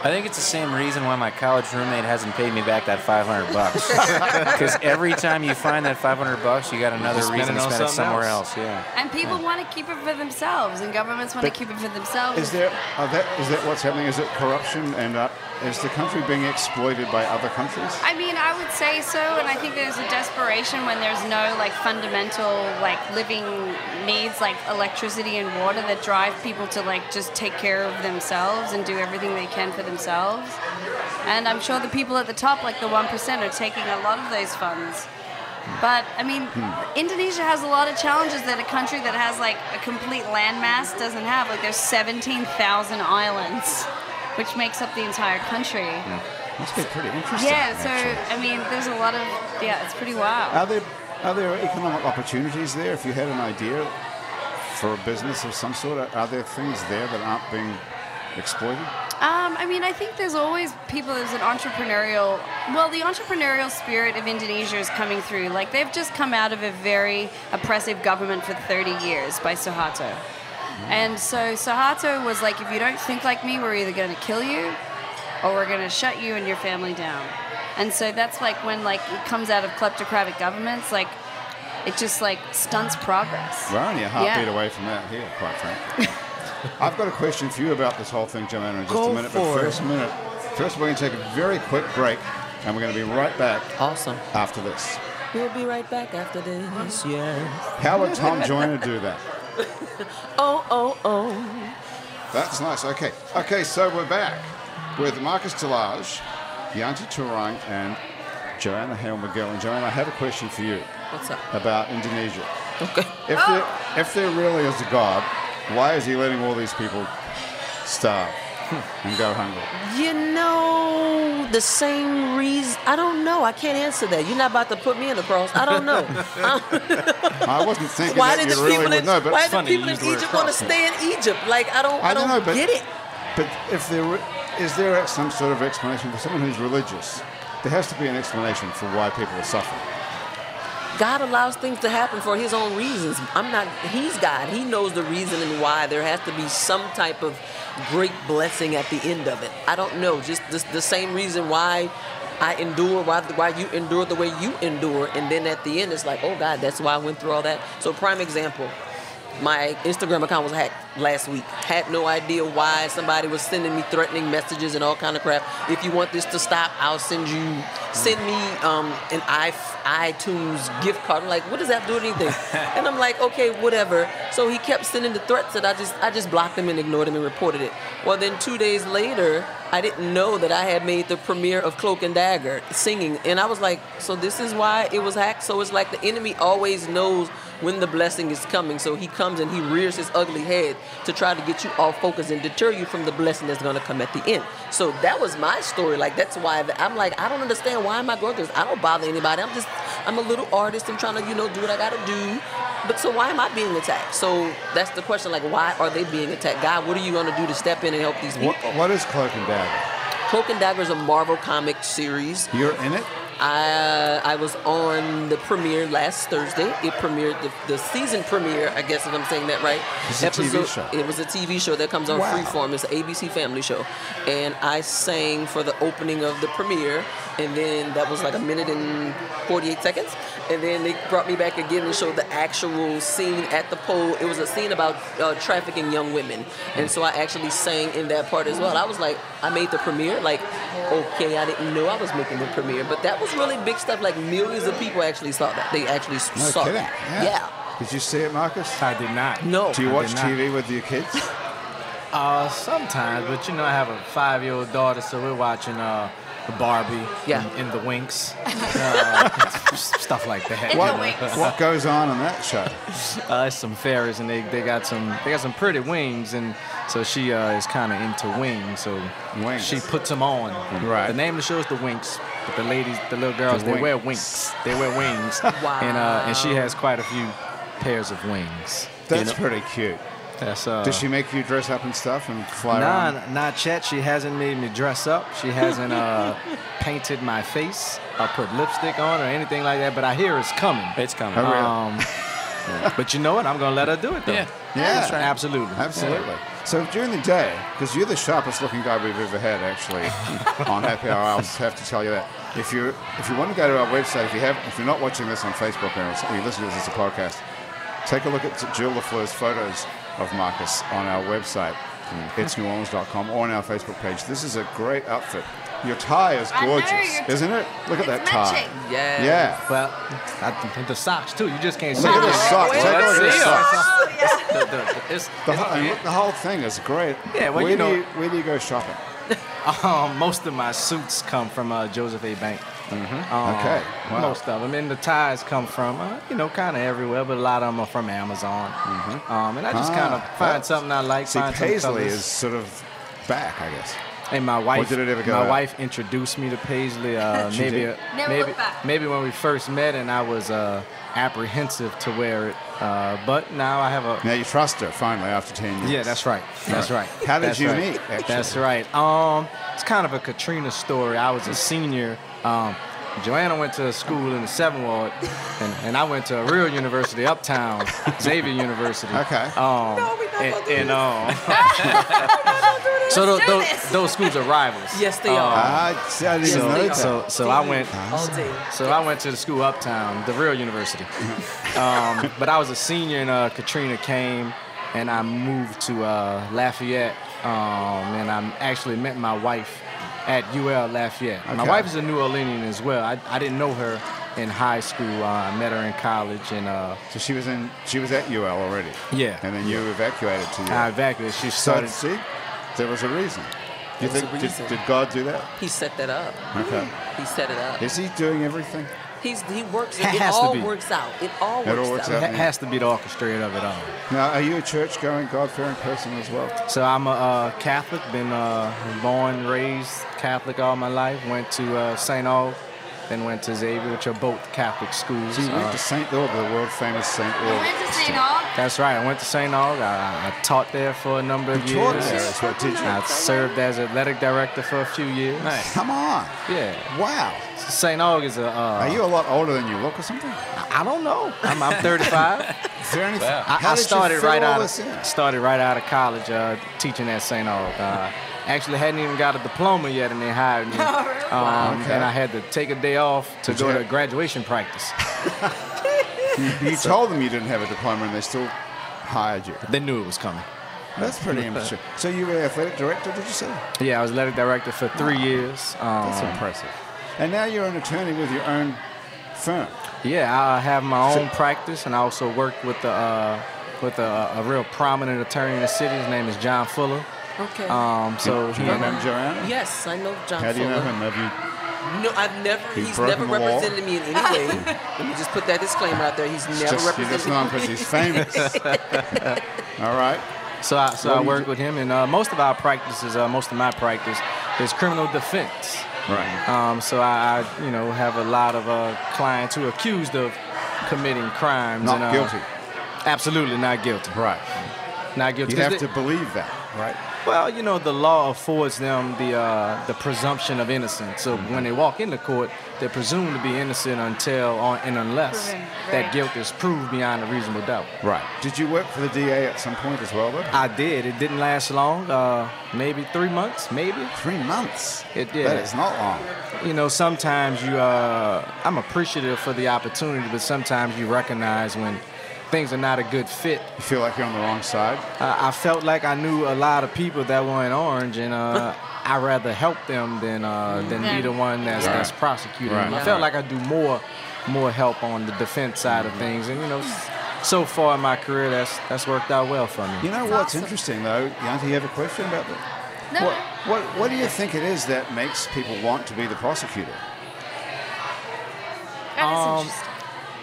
I think it's the same reason why my college roommate hasn't paid me back that 500 bucks. Because every time you find that 500 bucks, you got another
spend
reason
it
to
on
spend it
something
somewhere
else.
else. Yeah.
And people want to keep it for themselves, and governments want to
But
keep it for themselves.
Is there are that is that what's happening? Is it corruption and uh, is the country being exploited by other countries?
I mean, I would say so, and I think there's a desperation when there's no like fundamental like living needs like electricity and water that drive people to like just take care of themselves and do everything they can for themselves. And I'm sure the people at the top, like the one percent, are taking a lot of those funds. But I mean, Indonesia has a lot of challenges that a country that has like a complete landmass doesn't have. Like there's 17,000 islands, which makes up the entire country.
Must be pretty interesting.
Yeah, so
actually.
I mean, there's a lot of yeah, it's pretty wild.
Are there Are there economic opportunities there? If you had an idea for a business of some sort, are- are there things there that aren't being exploited?
Um, I mean, I think there's always people, there's an entrepreneurial, well, the entrepreneurial spirit of Indonesia is coming through. Like, they've just come out of a very oppressive government for 30 years by Suharto. And so Suharto was like, if you don't think like me, we're either going to kill you or we're going to shut you and your family down. And so that's like when, like, it comes out of kleptocratic governments, like, it just, like, stunts progress.
We're only a heartbeat
Yeah.
away from out here, quite frankly. I've got a question for you about this whole thing, Joanna, in just
Go
a minute.
for
but
it.
first, minute, first we're going to take a very quick break, and we're going to be right back
Awesome.
after this.
We'll be right back after this. Yeah.
How would Tom Joyner do that?
Oh, oh, oh.
That's nice. Okay. Okay, so we're back with Marcus Delage, Yanti Turang, and Joanna Hale McGill. And Joanna, I have a question for you
What's up?
about Indonesia.
Okay.
If, there, if there really is a God, why is he letting all these people starve and go hungry?
You know, the same reason. I don't know. I can't answer that. You're not about to put me in the cross. I don't know.
I wasn't thinking
why
that
did
you
the
really
people
would
in,
know, but
why
it's
did
funny.
funny, you
people
used the
in
word
Egypt want to
cross.
stay in Egypt? Like, I don't, I,
I don't know, but
get it.
But if there were- is there some sort of explanation for someone who's religious? There has to be an explanation for why people are suffering.
God allows things to happen for his own reasons. I'm not, he's God. He knows the reason and why. There has to be some type of great blessing at the end of it. I don't know. Just the, the same reason why I endure, why, why you endure the way you endure. And then at the end, it's like, oh God, that's why I went through all that. So, prime example. My Instagram account was hacked last week. Had no idea why somebody was sending me threatening messages and all kind of crap. If you want this to stop, I'll send you send me um, an i iTunes gift card. I'm like, what does that do to anything? and I'm like, okay, whatever. So he kept sending the threats that I just I just blocked them and ignored them and reported it. Well, then two days later, I didn't know that I had made the premiere of Cloak and Dagger singing, and I was like, so this is why it was hacked. So it's like the enemy always knows when the blessing is coming. So he comes and he rears his ugly head to try to get you off focus and deter you from the blessing that's going to come at the end. So that was my story. Like that's why th- I'm like I don't understand why am I going through this? I don't bother anybody. I'm just I'm a little artist. I'm trying to you know do what I got to do. But so why am I being attacked? So that's the question. Like why are they being attacked? God, what are you going to do to step in and help these people?
What, what is cloak and dagger?
Cloak and Dagger is a Marvel comic series.
You're in it.
I I was on the premiere last Thursday. It premiered the, the season premiere. I guess if I'm saying that right.
It's a TV show.
It was a TV show that comes on
Wow.
Freeform. It's an ABC Family show, and I sang for the opening of the premiere, and then that was like a minute and 48 seconds, and then they brought me back again and showed the actual scene at the pole. It was a scene about uh, trafficking young women, and so I actually sang in that part as well. I was like, I made the premiere, like, okay, I didn't know I was making the premiere, but that was really big stuff. Like millions of people actually saw that. They actually s-
No
saw
kidding.
that. yeah.
Did you see it, Marcus?
I did not.
No.
Do you
I
watch
did not.
TV with your kids?
Uh, sometimes, but you know, I have a five-year-old daughter, so we're watching uh, Barbie.
Yeah.
And, and the Winks. Uh, stuff like that.
In
you
the
know.
wings.
what goes on in that show?
Uh, it's some fairies, and they, they got some they got some pretty wings, and so she uh, is kind of into wings, so
Wings.
she puts them on.
Right.
The name of the show is The Winks, but the ladies, the little girls, they
Winks.
wear winks. They wear wings.
Wow.
And uh, and she has quite a few pairs of wings. you
That's
know?
pretty cute.
That's uh.
Does she make you dress up and stuff and fly
Nah,
around?
not yet. She hasn't made me dress up. She hasn't uh, painted my face or put lipstick on or anything like that. But I hear it's coming.
It's coming.
Oh, really?
Um, but you know what? I'm gonna let her do it though.
Yeah.
Yeah. That's right.
absolutely.
Absolutely. So during the day, because you're the sharpest looking guy we've ever had, actually, on Happy Hour, I'll just have to tell you that. If you if you want to go to our website, if you have if you're not watching this on Facebook or you listen to this as a podcast, take a look at Jill LaFleur's photos of Marcus on our website.
Mm-hmm.
It's neworleans.com or on our Facebook page. This is a great outfit. Your tie is
I know,
gorgeous,
your t-
isn't it? Look at
It's
that tie.
matching.
Yes.
Yeah.
Well, I think the socks too. You just can't see
Look at
it.
the socks.
well,
Take a look at the
that's it.
socks.
Oh, yeah.
The- the- the- it's-
The,
it's-
whole- and look, the whole thing is great.
Yeah, well,
where do
you know-
you, where do you go shopping?
um, most of my suits come from uh, Joseph A. Bank. Um,
Mm-hmm. Okay, wow.
Most of them, and the ties come from uh, you know kind of everywhere, but a lot of them are from Amazon. Um, and I just
Ah,
kind of find
that's-
something I like.
See,
find some
Paisley
colors.
is sort of back, I guess.
And my wife,
did it ever go
my
out?
wife introduced me to Paisley. Uh,
She
maybe,
did?
Never
maybe,
looked back.
maybe when we first met, and I was uh, apprehensive to wear it. Uh, but now I have a
Now you trust her finally after 10 years.
yeah, that's right. That's right.
How did
That's
you
right.
meet, actually?
That's right. Um, it's kind of a Katrina story. I was a senior. Um, Joanna went to a school in the Seven Ward, and, and I went to a real university uptown, Xavier University.
Okay.
Um,
No, we not gonna
and,
do
and,
this.
um, so tho-
do
tho-
this.
those schools are rivals.
Yes, they are.
Ah, I didn't
Yes,
know
they
that.
are.
So, so I
Daily,
went.
all day.
So I went to the school uptown, the real university. um, but I was a senior, and uh, Katrina came, and I moved to uh, Lafayette, um, and I actually met my wife at UL Lafayette. My
Okay.
wife is a New Orleanian as well. I, I didn't know her in high school. Uh, I met her in college, and uh,
So she was in. She was at UL already.
Yeah. Ah,
And then you evacuated to UL.
I evacuated. She
so
started.
see, there was a reason. Do you
There's
think
a
did,
reason.
did God do that?
He set that up.
Okay.
He set it up.
Is he doing everything?
He's, he works. It,
Ha-
it
has to
all
be.
works out. It all works,
It all works
It
out.
out.
ha- has to be the orchestrator of it all.
Now, are you a church-going, God-fearing person as well?
So I'm a uh, Catholic, been uh, born, raised Catholic all my life. Went to uh, St. Aug, then went to Xavier, which are both Catholic schools.
So you went
Uh,
to St. Aug, the world-famous St.
I
Aug.
went to St. Aug.
that's right. I went to St. Aug. I, I taught there for a number of
You
years.
taught there as well, did you?
I served as athletic director for a few years.
Nice.
Come on.
Yeah.
Wow.
St. Aug is a. Uh,
Are you a lot older than you look or something?
I don't know. I'm, I'm 35.
Is there anything?
Wow.
How
I, I
did you
started
fill
right
all
out
this in?
of, started right out of college uh, teaching at St. Aug. Uh, actually, hadn't even got a diploma yet, and they hired me. um,
Oh, Okay.
And I had to take a day off to
Did
go
you
to
have-
graduation practice.
You told them you didn't have a diploma and they still hired you.
they knew it was coming.
That's pretty impressive. So you were the athletic director, did you say?
Yeah, I was athletic director for three years.
That's
Um,
impressive. And now you're an attorney with your own firm.
yeah, I have my
So-
own practice, and I also work with the. Uh, with a, a real prominent attorney in the city, his name is John Fuller.
Okay.
Um, so
Do
he
you remember Joanna?
yes, I know John
How do you
Fuller.
know him? Have you?
No, I've never.
He's
He's,
broken
never
the law.
represented me in any way. Let me just put that disclaimer out there. He's never
Just, you just
represented
know him
me.
because he's famous. All right.
So I, so
What
I
do you
work
do-
with him, and uh, most of our practices, uh, most of my practice is criminal defense.
Right.
Um, so I, I, you know, have a lot of uh, clients who are accused of committing crimes.
Not
and, uh,
guilty.
Absolutely not guilty.
Right.
Not guilty.
You
'Cause
have
they-
to believe that, right?
well, you know, the law affords them the uh, the presumption of innocence. So
Mm-hmm.
when they walk into court, they're presumed to be innocent until or, and unless
Proven, right.
that guilt is proved beyond a reasonable doubt.
Right. Did you work for the DA at some point as well, though?
I did. It didn't last long. Uh, maybe three months. Maybe.
Three months.
It-
That
yeah.
is not long.
You know, sometimes you, uh, I'm appreciative for the opportunity, but sometimes you recognize when things are not a good fit.
You feel like you're on the wrong side.
Uh, I felt like I knew a lot of people that were in Orange, and uh, I rather help them than uh, than be the one that's,
Right.
that's prosecuting them.
Right. Mm-hmm.
I felt like I do more more help on the defense side of things, and you know, s- so far in my career, that's that's worked out well for me.
You know what's
awesome.
interesting though, Yanti, you have a question about that?
No,
What, what, what do you think it is that makes people want to be the prosecutor?
that is
Um,
interesting.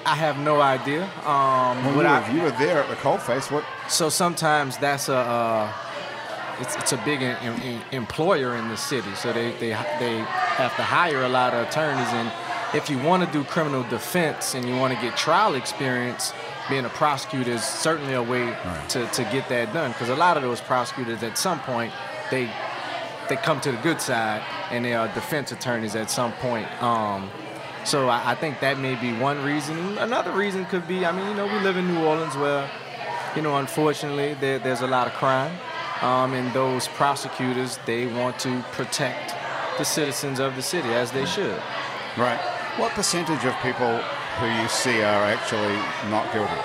I have no idea. Um,
Well, you,
what
were,
I-
you were there at the coalface. What?
So sometimes that's a uh, it's, it's a big em- em- em- employer in the city, so they, they they have to hire a lot of attorneys. And if you want to do criminal defense and you want to get trial experience, being a prosecutor is certainly a way to, to get that done. Because a lot of those prosecutors, at some point, they they come to the good side and they are defense attorneys at some point. Um, so I, I think that may be one reason. Another reason could be, I mean, you know, we live in New Orleans where, you know, unfortunately there, there's a lot of crime, um, and those prosecutors they want to protect the citizens of the city as they should.
Right. What percentage of people who you see are actually not guilty?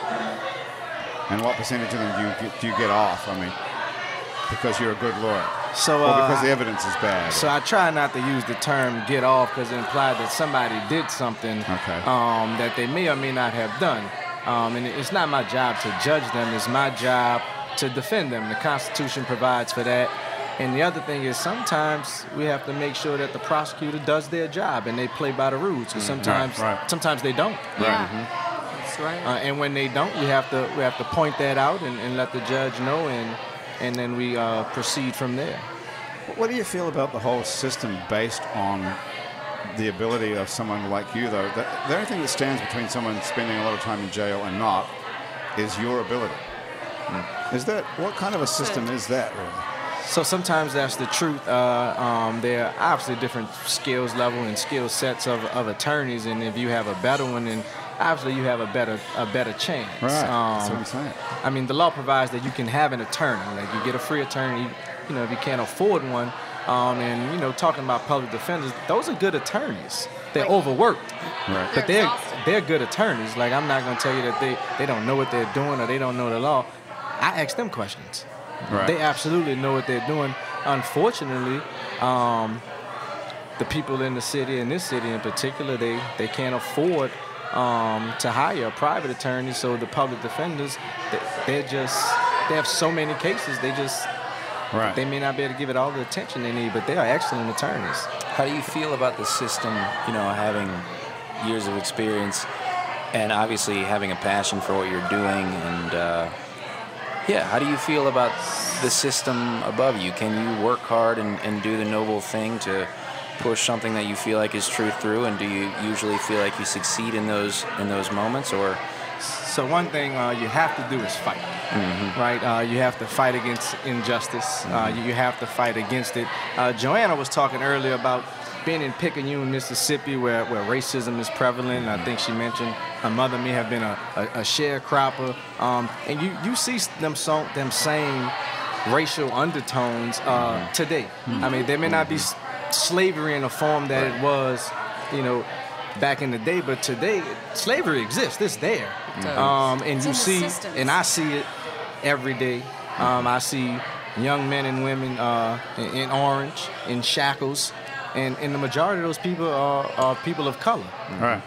And what percentage of them do you get, do you get off? I mean, because you're a good lawyer,
So
or
uh,
because the evidence is bad?
So I try not to use the term "get off" because it implies that somebody did something
Okay.
um, that they may or may not have done, um, and it's not my job to judge them. It's my job to defend them. The Constitution provides for that. And the other thing is, sometimes we have to make sure that the prosecutor does their job and they play by the rules. Because sometimes,
Mm, right.
sometimes they don't.
yeah.
That's right.
Uh, and when they don't, we have to we have to point that out and, and let the judge know, and and then we uh, proceed from there.
What do you feel about the whole system based on the ability of someone like you, though? The, the only thing that stands between someone spending a lot of time in jail and not is your ability. Is that what kind of a system is that? Really?
So sometimes that's the truth. Uh, um, there are obviously different skills level and skill sets of, of attorneys, and if you have a better one, then obviously you have a better a better chance.
Right.
Um,
That's what I'm saying.
I mean, the law provides that you can have an attorney. Like you get a free attorney. You know, if you can't afford one, um, and you know, talking about public defenders, those are good attorneys. They're
Right.
overworked,
Right.
They're
but they're
exhausted.
they're good attorneys. Like I'm not gonna tell you that they they don't know what they're doing or they don't know the law. I ask them questions.
Right.
They absolutely know what they're doing. Unfortunately, um, the people in the city, in this city in particular, they, they can't afford um, to hire a private attorney. So the public defenders, they, they're just, they have so many cases, they just,
Right.
they may not be able to give it all the attention they need, but they are excellent attorneys.
How do you feel about the system, you know, having years of experience and obviously having a passion for what you're doing? And uh, yeah, how do you feel about the system above you? Can you work hard and, and do the noble thing to push something that you feel like is true through? And do you usually feel like you succeed in those in those moments? Or
So one thing uh, you have to do is fight, right? Uh, you have to fight against injustice. Uh, you, you have to fight against it. Uh, Joanna was talking earlier about being in Picayune, Mississippi, where, where racism is prevalent. I think she mentioned her mother may have been a, a, a sharecropper, um, and you you see them so, them same racial undertones uh, today. I mean, there may not be s- slavery in the form that it was, you know, back in the day, but today slavery exists. It's there,
does.
um, and
Mm-hmm. It's
you
in the
see,
systems.
and I see it every day. Um, I see young men and women uh, in, in orange, in shackles, and, and the majority of those people are, are people of color.
Right.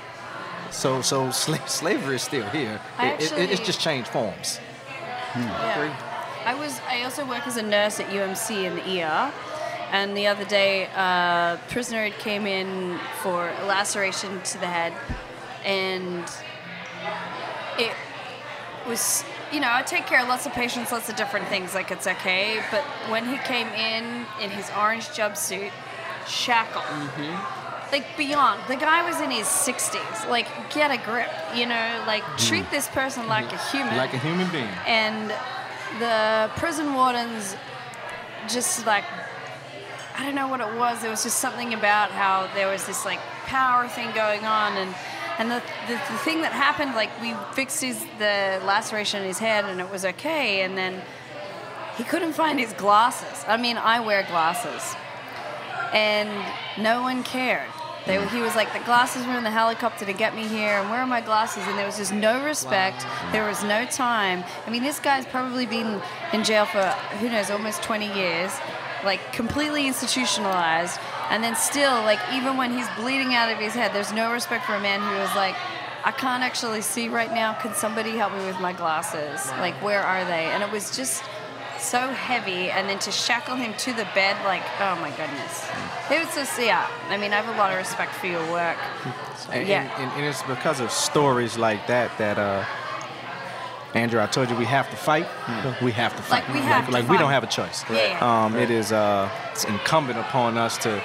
So, so sla- slavery is still here.
I
It- it- it's
actually-
just changed forms.
Yeah. I was. I also work as a nurse at UMC in the ER, and the other day, a prisoner had came in for a laceration to the head, and it was. You know, I take care of lots of patients, lots of different things. Like it's okay, but when he came in in his orange jumpsuit, shackled, like beyond. The guy was in his 60s. Like, get a grip. You know, like treat this person like a human
Like a human being.
and the prison wardens just like I don't know what it was. There was just something about how there was this like power thing going on, and and the the, the thing that happened like we fixed his the laceration in his head, and it was okay, and then he couldn't find his glasses. I mean, I wear glasses, and no one cared. They, he was like, the glasses were in the helicopter to get me here, and where are my glasses? And there was just no respect. There was no time. I mean, this guy's probably been in jail for who knows, almost 20 years, like completely institutionalized. And then still, like, even when he's bleeding out of his head, there's no respect for a man who is like, I can't actually see right now. Could somebody help me with my glasses? Like, where are they? And it was just so heavy and then to shackle him to the bed like oh my goodness it was just yeah i mean i have a lot of respect for your work
And,
Yeah.
and, and, and it's because of stories like that that uh, Andrew, I told you we have to fight.
Hmm.
We have to fight.
Like, we have
like,
to
like, we
fight.
don't have a choice.
Yeah, yeah.
Um, It is uh, it's incumbent upon us to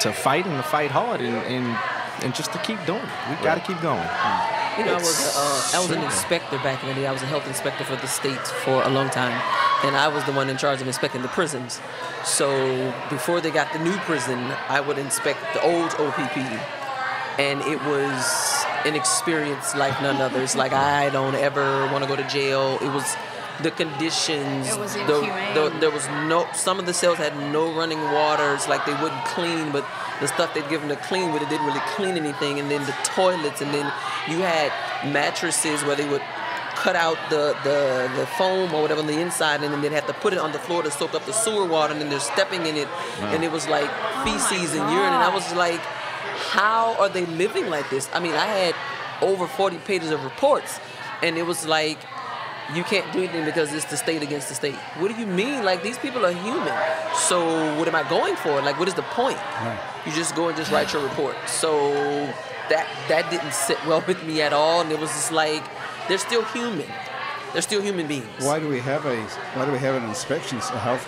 to fight and to fight hard and and, and just to keep doing it. We got to keep going.
You know, I was, uh, I was an inspector back in the day. I was a health inspector for the state for a long time. And I was the one in charge of inspecting the prisons. So before they got the new prison, I would inspect the old OPP. And it was an experience like none other. It's like, I don't ever want to go to jail. It was the conditions.
It was
the-
inhumane.
the- there was no, some of the cells had no running water. It's like they wouldn't clean, but the stuff they'd given to clean with, it didn't really clean anything. And then the toilets, and then you had mattresses where they would cut out the, the, the foam or whatever on the inside, and then they'd have to put it on the floor to soak up the sewer water, and then they're stepping in it, and it was like feces and urine. And I
God.
was like, how are they living like this? I mean, I had over 40 pages of reports, and it was like, you can't do anything because it's the state against the state. What do you mean? Like these people are human. So what am I going for? Like what is the point? You just go and just write your report. So that that didn't sit well with me at all, and it was just like they're still human. They're still human beings.
Why do we have a Why do we have an inspections a health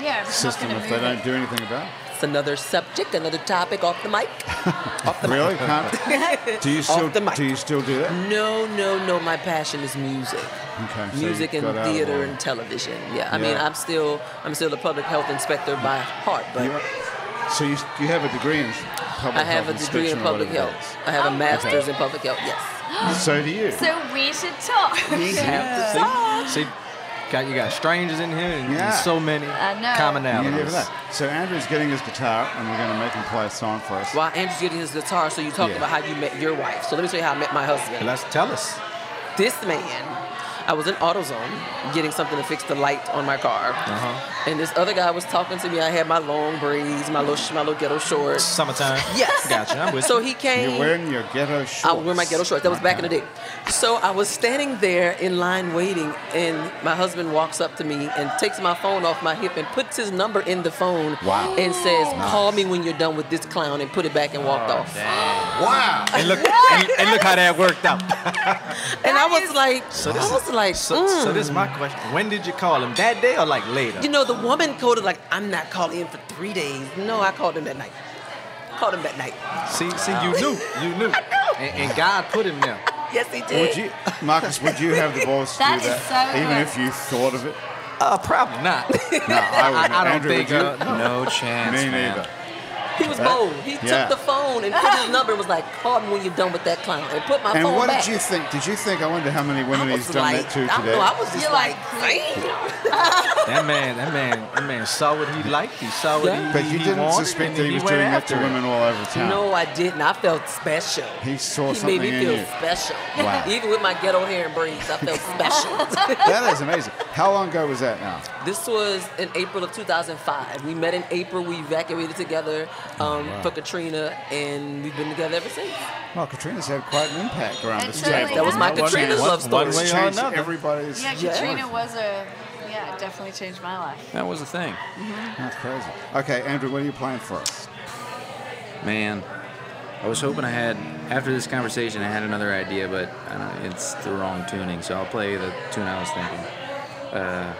Yeah, if it's not
system
gonna
if they
move
don't
it.
do anything about it?
It's another subject, another topic off the mic. off the
Really? Can't, do you still
the mic.
do you still do that?
mic. No, no, no. My passion is music.
Okay, so
music
you got
and
out of
theater
one.
and television. Yeah, I mean,
Yeah.
I'm still I'm still a public health inspector by heart, but
You're- so you, you have a degree in public
I have a
health
degree in
inspection or
public
whatever
health. I have a master's in public health. Yes.
it is. So do you.
So we should talk.
Have to see.
See, see, got you got strangers in here and, and
Yeah.
so many
I know.
you
commonalities.
never know. So Andrew's getting his guitar and we're going to make him play a song for us.
While Andrew's getting his guitar, so you talked
Yeah.
about how you met your wife. So let me tell you how I met my husband.
Let's tell us.
This man, I was in AutoZone getting something to fix the light on my car, and this other guy was talking to me. I had my long braids, my little sh- my little ghetto shorts.
Summertime.
Yes.
Gotcha. I'm with
So
you.
he came.
You're wearing your ghetto shorts.
I wear my ghetto shorts. That was back in the day. So I was standing there in line waiting, and my husband walks up to me and takes my phone off my hip and puts his number in the phone
Wow.
and says, "Call me when you're done with this clown," and put it back and
Oh,
walked off.
Wow.
And look, and, and look how that worked out.
And
That
I was
is-
like,
So this
I
is-
was like,
So,
mm.
so this is my question. When did you call him? That day or like later?
you know, the woman coded like, "I'm not calling in for three days." No, I called him that night. Called him that night.
see, see, you knew, you knew, and, and God put him there.
Yes, he did.
Would you, Marcus, would you have the balls to
That
do
is
that?
so
even
good.
if you thought of it?
Uh, probably not.
No, I
I,
wouldn't.
I don't
Andrew,
think.
would you?
Uh, no.
No chance.
Me
man.
neither.
he was bold. He
Yeah.
took the phone and put his number and was like, "Call me when you're done with that clown," and put my
And
phone
what
back.
did you think? Did you think, I wonder how many women
I
he's
was
done
like,
that to
I don't
today?
know, I was just
You're
like,
like,
damn.
That man, that man, that man saw what he liked. He saw what
Yeah.
he,
but you
he
didn't
wanted,
suspect
and
that he was
went
doing that
after
to
it.
women all over town.
No, I didn't. I felt special.
He saw
He
something
made me
in
feel
you.
special.
Wow.
Even with my ghetto hair and braids, I felt special.
That is amazing. How long ago was that now?
this was in April of 2005. We met in April. We evacuated together um, for Katrina, and we've been together ever since.
Well, Katrina's had quite an impact around
It
this
certainly
table.
That was my
It's changed-
Katrina love story.
It's
One way or
changed
another.
everybody's.
yeah,
Yeah.
Katrina was a. Yeah, it definitely changed my life.
That was the thing.
That's crazy. Okay, Andrew, what are you playing for us?
Man, I was hoping I had after this conversation I had another idea, but I don't, it's the wrong tuning, so I'll play the tune I was thinking. Uh,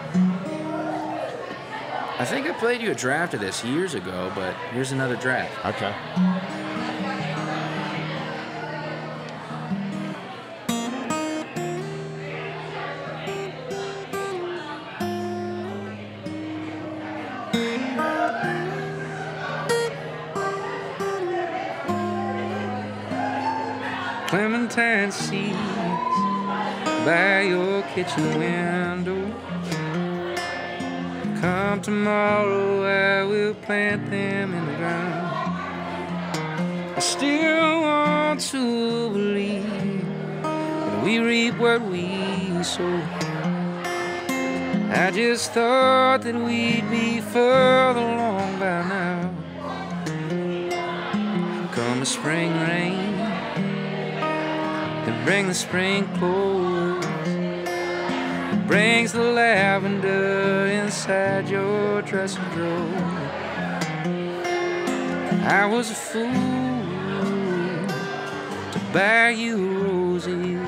I think I played you a draft of this years ago, but here's another draft.
Okay.
Clementine seeds by your kitchen window. Come tomorrow, I will plant them in the ground. I still want to believe that we reap what we sow. I just thought that we'd be further along by now. Come a spring rain that bring the spring clothes, that brings the lavender inside your dressing drawer. I was a fool to buy you roses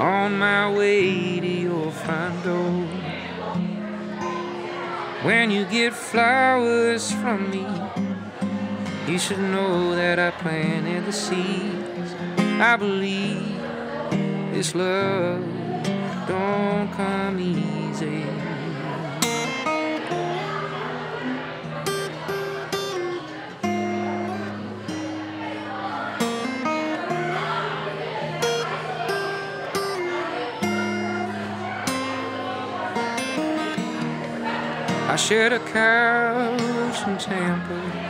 on my way to your front door. When you get flowers from me, you should know that I planted the seeds. I believe this love don't come easy. I shared a couch in Tampa.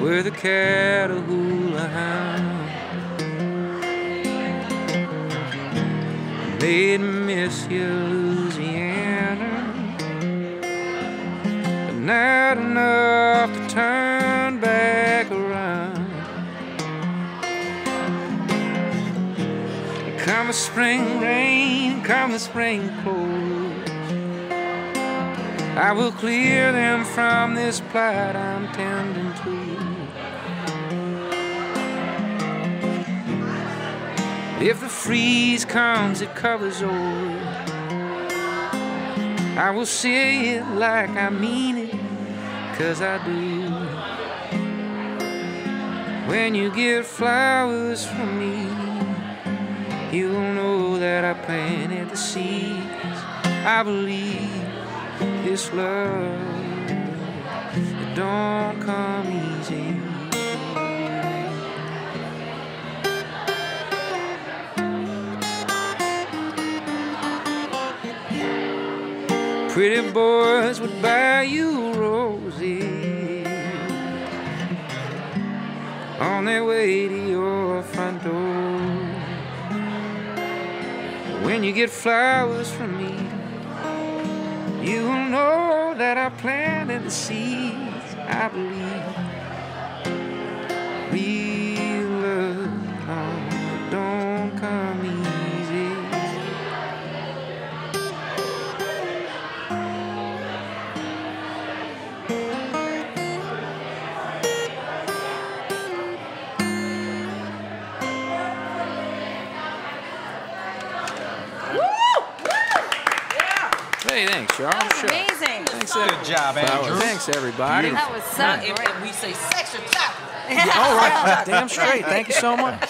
where the cattle hula hound made me miss you, Louisiana, but not enough to turn back around. Come the spring rain, come the spring cold. I will clear them from this plot I'm tending to.
If the freeze comes, it covers over. I will say it like I mean it, cause I do. When you get flowers from me, you'll know that I planted the seeds. I believe this love, it don't come easy. Pretty boys would buy you roses on their way to your front door. When you get flowers from me, you'll know that I planted the seeds. I believe real love no, don't come easy.
Hey, thanks, Charles.
That was
Oh, Sure.
amazing.
Thanks, everybody.
Good job, Andrew.
Thanks, everybody.
That was so
Not
great.
if, if we say sex or top.
All right, damn straight. Thank you so much.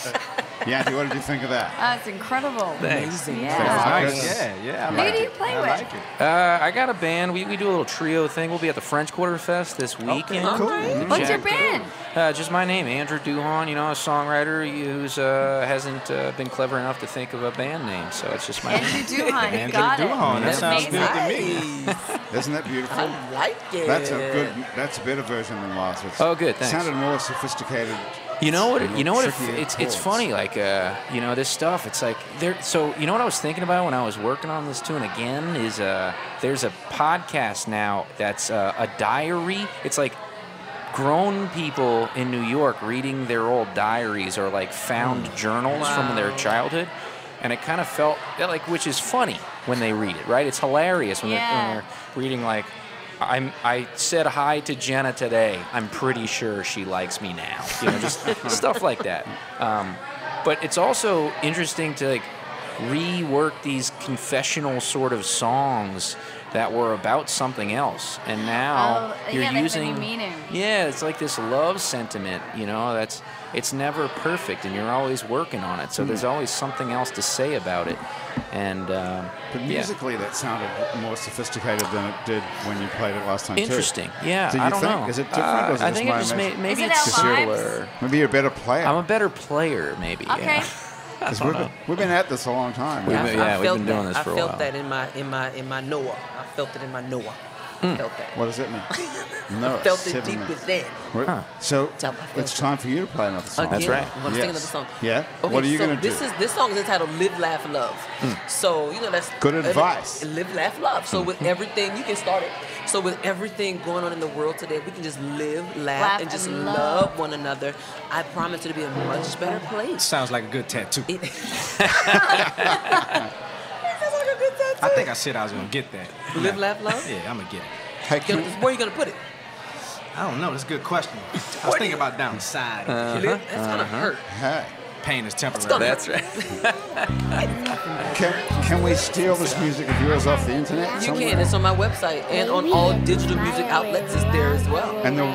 Yanti, what did you think of that?
That's incredible.
Thanks.
Yeah.
Nice. Yeah, yeah. I
Who
like
do
it.
you play
I
with?
like it.
Uh, I got a band. We, we do a little trio thing. We'll be at the French Quarter Fest this weekend.
cool.
What's your
Jack-
band?
Uh, just my name, Andrew Duhon. You know, a songwriter who's uh, hasn't uh, been clever enough to think of a band name, so it's just my name.
Andrew Duhan. You
Andrew
got it.
Duhan, that
That's
sounds
amazing.
good.
Isn't that beautiful?
I like it.
That's a good. That's a better version than last week's.
Oh, good, thanks.
Sounded more sophisticated.
You know what? You know what? If,
Tricky
it's it's
chords.
funny. Like uh, you know, this stuff. It's like there. So you know what I was thinking about when I was working on this tune again is uh, there's a podcast now that's uh, a diary. It's like grown people in New York reading their old diaries or like found journals from their childhood, and it kind of felt like which is funny when they read it, right? It's hilarious when,
Yeah.
they're, when they're reading like. I'm, I said hi to Jenna today. I'm pretty sure she likes me now. You know, just stuff like that. Um, but it's also interesting to like rework these confessional sort of songs that were about something else, and
Oh,
now you're
yeah, like the new
using
meaning.
yeah, it's like this love sentiment, you know, that's it's never perfect and you're always working on it. So
Hmm.
there's always something else to say about it. And um,
But
yeah.
musically, that sounded more sophisticated than it did when you played it last time. too.
interesting. Yeah,
Do you
I don't
think?
know.
Is it different,
Uh,
or is it
I
just
think it
my
just may,
imagination?
maybe
Is it
it's
our vibes?
simpler.
Maybe you're a better player.
I'm a better player, maybe.
Okay.
Yeah. I
Because
don't
we've,
know.
been- we've been at this a long time.
We've
right?
been- yeah, we've
felt
been doing
that.
this for
I
a
felt
while.
that in my in my in my Noah. I felt it in my Noah.
Hmm.
I felt that.
What does it mean? No,
felt it
seven
deep
minutes.
within.
We're- So
Tell my
it's
friends.
time for you to play another song.
Again,
That's right.
I'm gonna sing
Yes.
another song.
Yeah?
Okay,
What are you
so
gonna
this
do? Hmm.
Is, this song is entitled "Live, Laugh, and Love." So you know that's
Good
uh,
advice. Hmm.
Live, laugh, love. So with everything, you can start it. So with everything going on in the world today, we can just live, laugh,
Laugh
and just
and
love.
love.
one another. I promise you to be a much better place.
Sounds like a good tattoo.
It- It sounds like a good tattoo.
I think I said I was gonna get that.
Live, laugh, love.
Yeah, I'm gonna get it.
Hey,
Gonna-
can-
Where you gonna put it?
I don't know. That's a good question. I was thinking about down the side. of the hip.
Live- That's gonna hurt.
hey,
Pain is
gonna-
temporary.
Uh-huh. That's right.
can, can we steal this music of yours off the internet?
You
somewhere?
can. It's on my website and on all digital music outlets. It's there as well.
And the,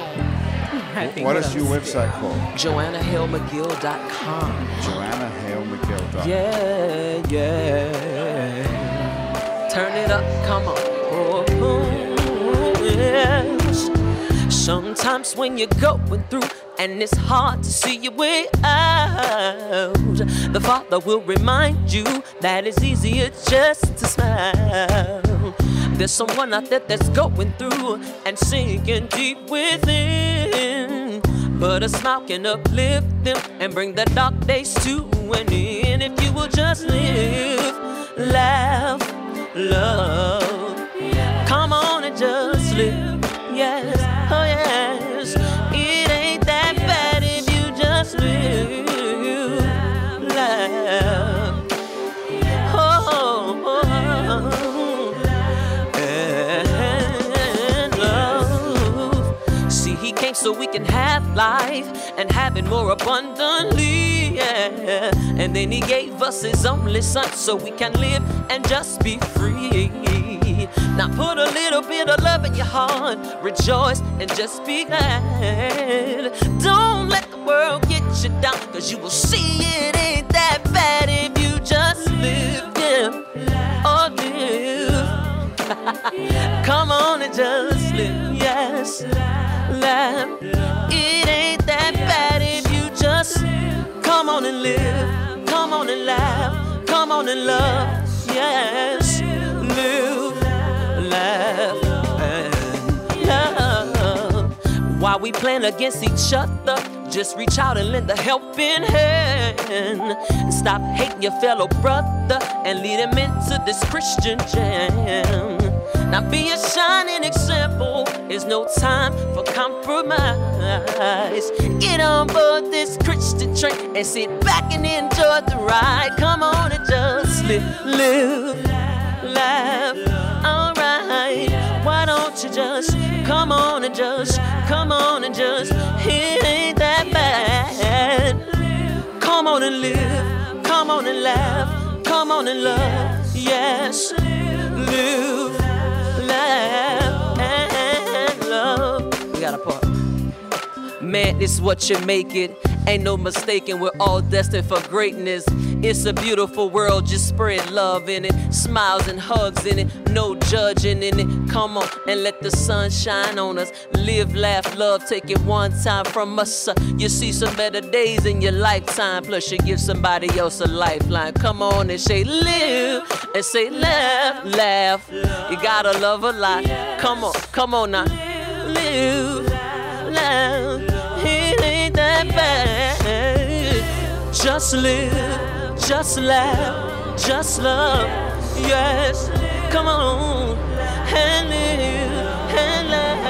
what is your website called?
JoannaHaleMcGill.com.
Joanna Hale McGill.
Yeah, yeah. Turn it up, come on. Oh, yes. Sometimes when you're going through and it's hard to see your way out, the Father will remind you that it's easier just to smile. There's someone out there that's going through and sinking deep within. But a smile can uplift them and bring the dark days to an end if you will just live, laugh, love. Come on and just live. Yes, oh yes. It ain't that bad if you just live, laugh. Oh, oh, oh. And love. See, he came so we can have life and have it more abundantly. yeah. And then he gave us his only son so we can live and just be free. Now put a little bit of love in your heart, rejoice and just be glad. Don't let the world get you down, cause you will see it ain't that bad if you just live, yeah, or live. Come on and just live, yes, live. It ain't that bad if you just come on and live, come on and laugh, come on and love, yes, live, laugh, and love. While we plan against each other, just reach out and lend a helping hand. Stop hating your fellow brother and lead him into this Christian jam. Now be a shining example. There's no time for compromise. Get on board this Christian train and sit back and enjoy the ride. Come on and just live, live, laugh. Alright, why don't you just come on and just come on and just? It ain't that bad. Come on and live, come on and laugh, come on and love. Yes, live laugh and love. We got a part. Man, it's what you make it. Ain't no mistaking, we're all destined for greatness. It's a beautiful world, just spread love in it. Smiles and hugs in it, no judging in it. Come on and let the sun shine on us. Live, laugh, love, take it one time from us. Uh, You see some better days in your lifetime, plus you give somebody else a lifeline. Come on and say live, and say laugh, laugh. You gotta love a lot. Come on, come on now. Live, laugh, it ain't that bad. Just live, just laugh, just love. Yes, come on and live and laugh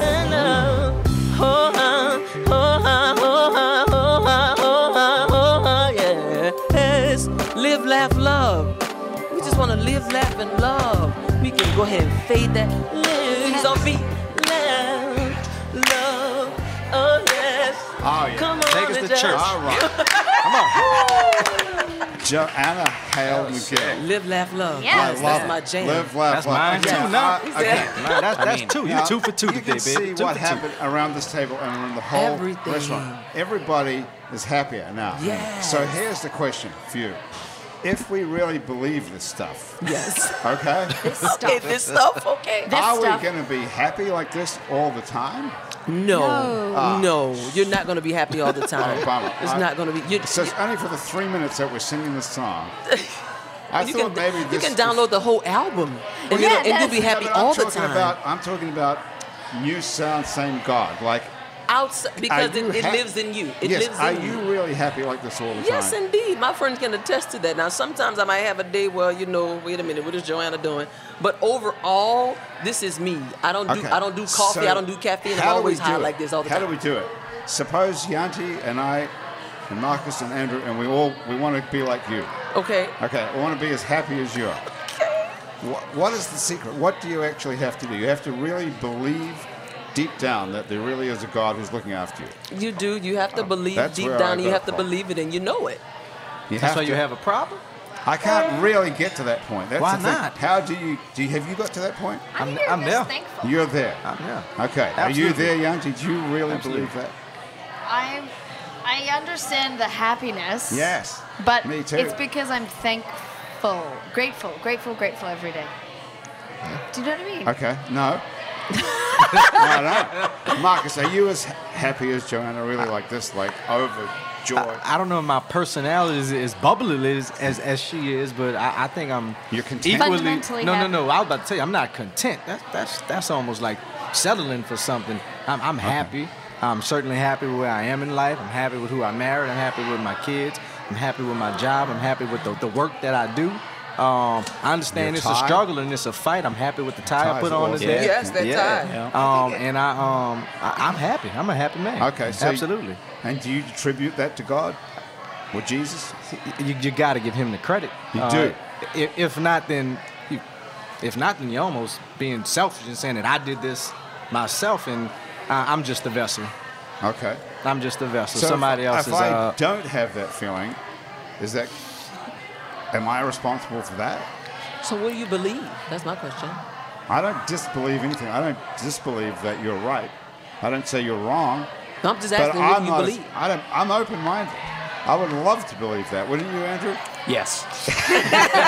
and love. Oh, ah, oh, ah, oh, ah, oh, ah, oh, ah, oh, ah, yes. Live, laugh, love. We just want to live, laugh, and love. We can go ahead and fade that. Live, he's on beat. Laugh, love, oh yes.
Oh, yeah.
Come on,
Take us to
and
church.
just
All right. Joanna
Oh,
Hale McGill.
Live, laugh, love.
Yes. I
Yes,
Love
that's
it.
my jam.
Live, laugh,
That's
love.
mine
Yeah,
too, now.
uh, okay.
Man, that's, that's two. You
Now,
two for two
you
today,
can
baby.
see
two
what
for
happened around this table and around the whole
Everything.
restaurant. Everybody is happier now.
Yes.
So here's the question for you. If we really believe this stuff,
Yes.
okay,
Okay, this stuff, okay.
This
are
stuff.
we going to be happy like this all the time?
No,
Ah.
no, you're not gonna be happy all the time.
Oh, bummer.
It's
I-
not gonna be. You,
So it's only for the three minutes that we're singing this song. I
you
thought
can,
maybe
you
this
can download the whole album, and,
Yeah,
you'll, and you'll
that's-
be happy
No, but I'm
all the
talking
time.
About, I'm talking about new sound, same God. Like
Outside,
are
because it,
you
it
hap-
lives in you. It
yes,
lives
are
in
you really happy like this all the
Yes,
time?
indeed. My friend can attest to that. Now, sometimes I might have a day where you know, wait a minute, what is Joanna doing? But overall, this is me. I don't do I don't do coffee.
so
I don't do caffeine. I'm
how do we
always
do
high
it?
like this all the
how
time.
do we do it? Suppose Yanti and I, and Marcus and Andrew, and we all we want to be like you.
okay.
Okay, we want to be as happy as you are. What, what is the secret? What do you actually have to do? You have to really believe deep down that there really is a God who's looking after you.
You do. You have to believe
Oh, that's where
deep
I
down.
got
You have to
from.
believe it, and you know it.
You
That's why
to-
you have a problem.
I can't really get to that point. That's
Why
the thing.
not?
How do you do? You, have you got to that point?
I think
I'm-
you're
I'm
just
there.
thankful.
You're there.
Um, yeah.
Okay. Are you
Absolutely.
there, Young? Did you really
Absolutely.
believe that?
I I understand the happiness.
Yes.
But
Me too.
it's because I'm thankful, grateful, grateful, grateful every day. Do you know what I mean?
Okay. No. no, no. Marcus, are you as happy as Joanna? Really like this? Like overjoyed?
I don't know if my personality is as bubbly as, as, as she is, but I, I think I'm
You're content.
Fundamentally
No, no,
happy.
no. I was about to tell you, I'm not content. That's that's that's almost like settling for something. I'm, I'm happy. I'm certainly happy with where I am in life. I'm happy with who I married. I'm happy with my kids. I'm happy with my job. I'm happy with the, the work that I do. Um, I understand
Your
it's
tie?
a struggle and it's a fight. I'm happy with the tie
Tie's
I put on
awesome.
today.
Yes, that
yeah.
tie.
Um, and I um, I, I'm happy. I'm a happy man.
Okay. So
absolutely.
and do you attribute that to God or Jesus?
you, you got to give him the credit.
You do.
If, if not, then you, if not, then you're almost being selfish and saying that I did this myself, and I, I'm just a vessel.
Okay.
I'm just a vessel.
if-
Somebody
if
else is.
I
uh,
don't have that feeling, is that am I responsible for that?
So what do you believe? That's my question.
I don't disbelieve anything. I don't disbelieve that you're right. I don't say you're wrong.
No, I'm just
But
asking what
I'm
you
not.
believe.
I don't, I'm open-minded. I would love to believe that, wouldn't you, Andrew?
Yes.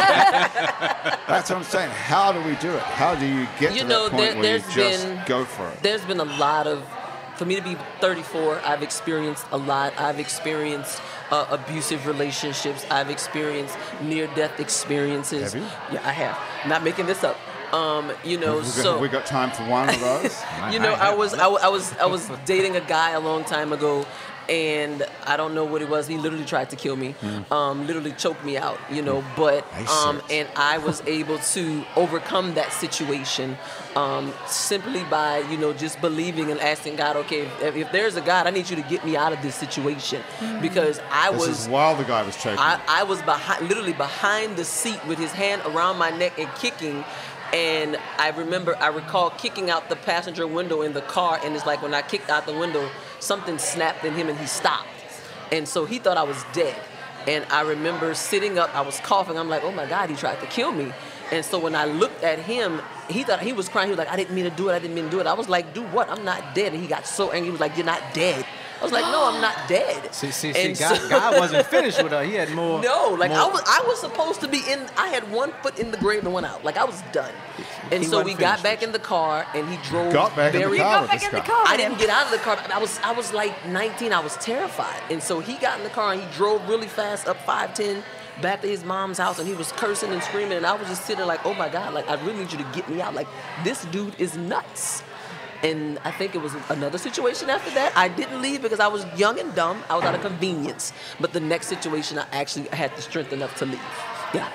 That's what I'm saying. How do we do it? How do you get
You
to
know,
that point
there-
where you
there's
just
been-
go for it?
There's been a lot of, for me to be 34, I've experienced a lot. I've experienced uh, abusive relationships. I've experienced near-death experiences.
Have you?
Yeah, I have. Not making this up. Um, you know,
We've got,
so
we got time for one of those.
you know, I was I, wa- I was I was dating a guy a long time ago, and I don't know what it was. He literally tried to kill me,
Hmm.
um, literally choked me out. You know, but um, and I was able to overcome that situation um, simply by you know just believing and asking God, okay, if, if there's a God, I need you to get me out of this situation because I
Hmm. this
was
is while the guy was choking.
I, I was behind, literally behind the seat with his hand around my neck and kicking. And I remember, I recall kicking out the passenger window in the car. And it's like when I kicked out the window, something snapped in him and he stopped. And so he thought I was dead. And I remember sitting up, I was coughing. I'm like, oh my God, he tried to kill me. And so when I looked at him, he thought he was crying. He was like, I didn't mean to do it. I didn't mean to do it. I was like, do what? I'm not dead. And he got so angry. He was like, you're not dead. I was like, no, I'm not dead.
see, see, see.
And
God,
so-
God wasn't finished with her. He had more.
no, like I
more-
was, I was supposed to be in. I had one foot in the grave and one out. Like I was done. And
He
so
wasn't
we got
finished
back in the car and he drove.
got back in the
very-
car
Got
with
back
this
in the
guy.
car.
I didn't get out of the car. I was I was like 19. I was terrified. And so he got in the car and he drove really fast up 510 back to his mom's house and he was cursing and screaming and I was just sitting there like, "Oh my god, like I really need you to get me out. Like this dude is nuts." And I think it was another situation after that. I didn't leave because I was young and dumb. I was out of convenience. But the next situation, I actually had the strength enough to leave. Yeah.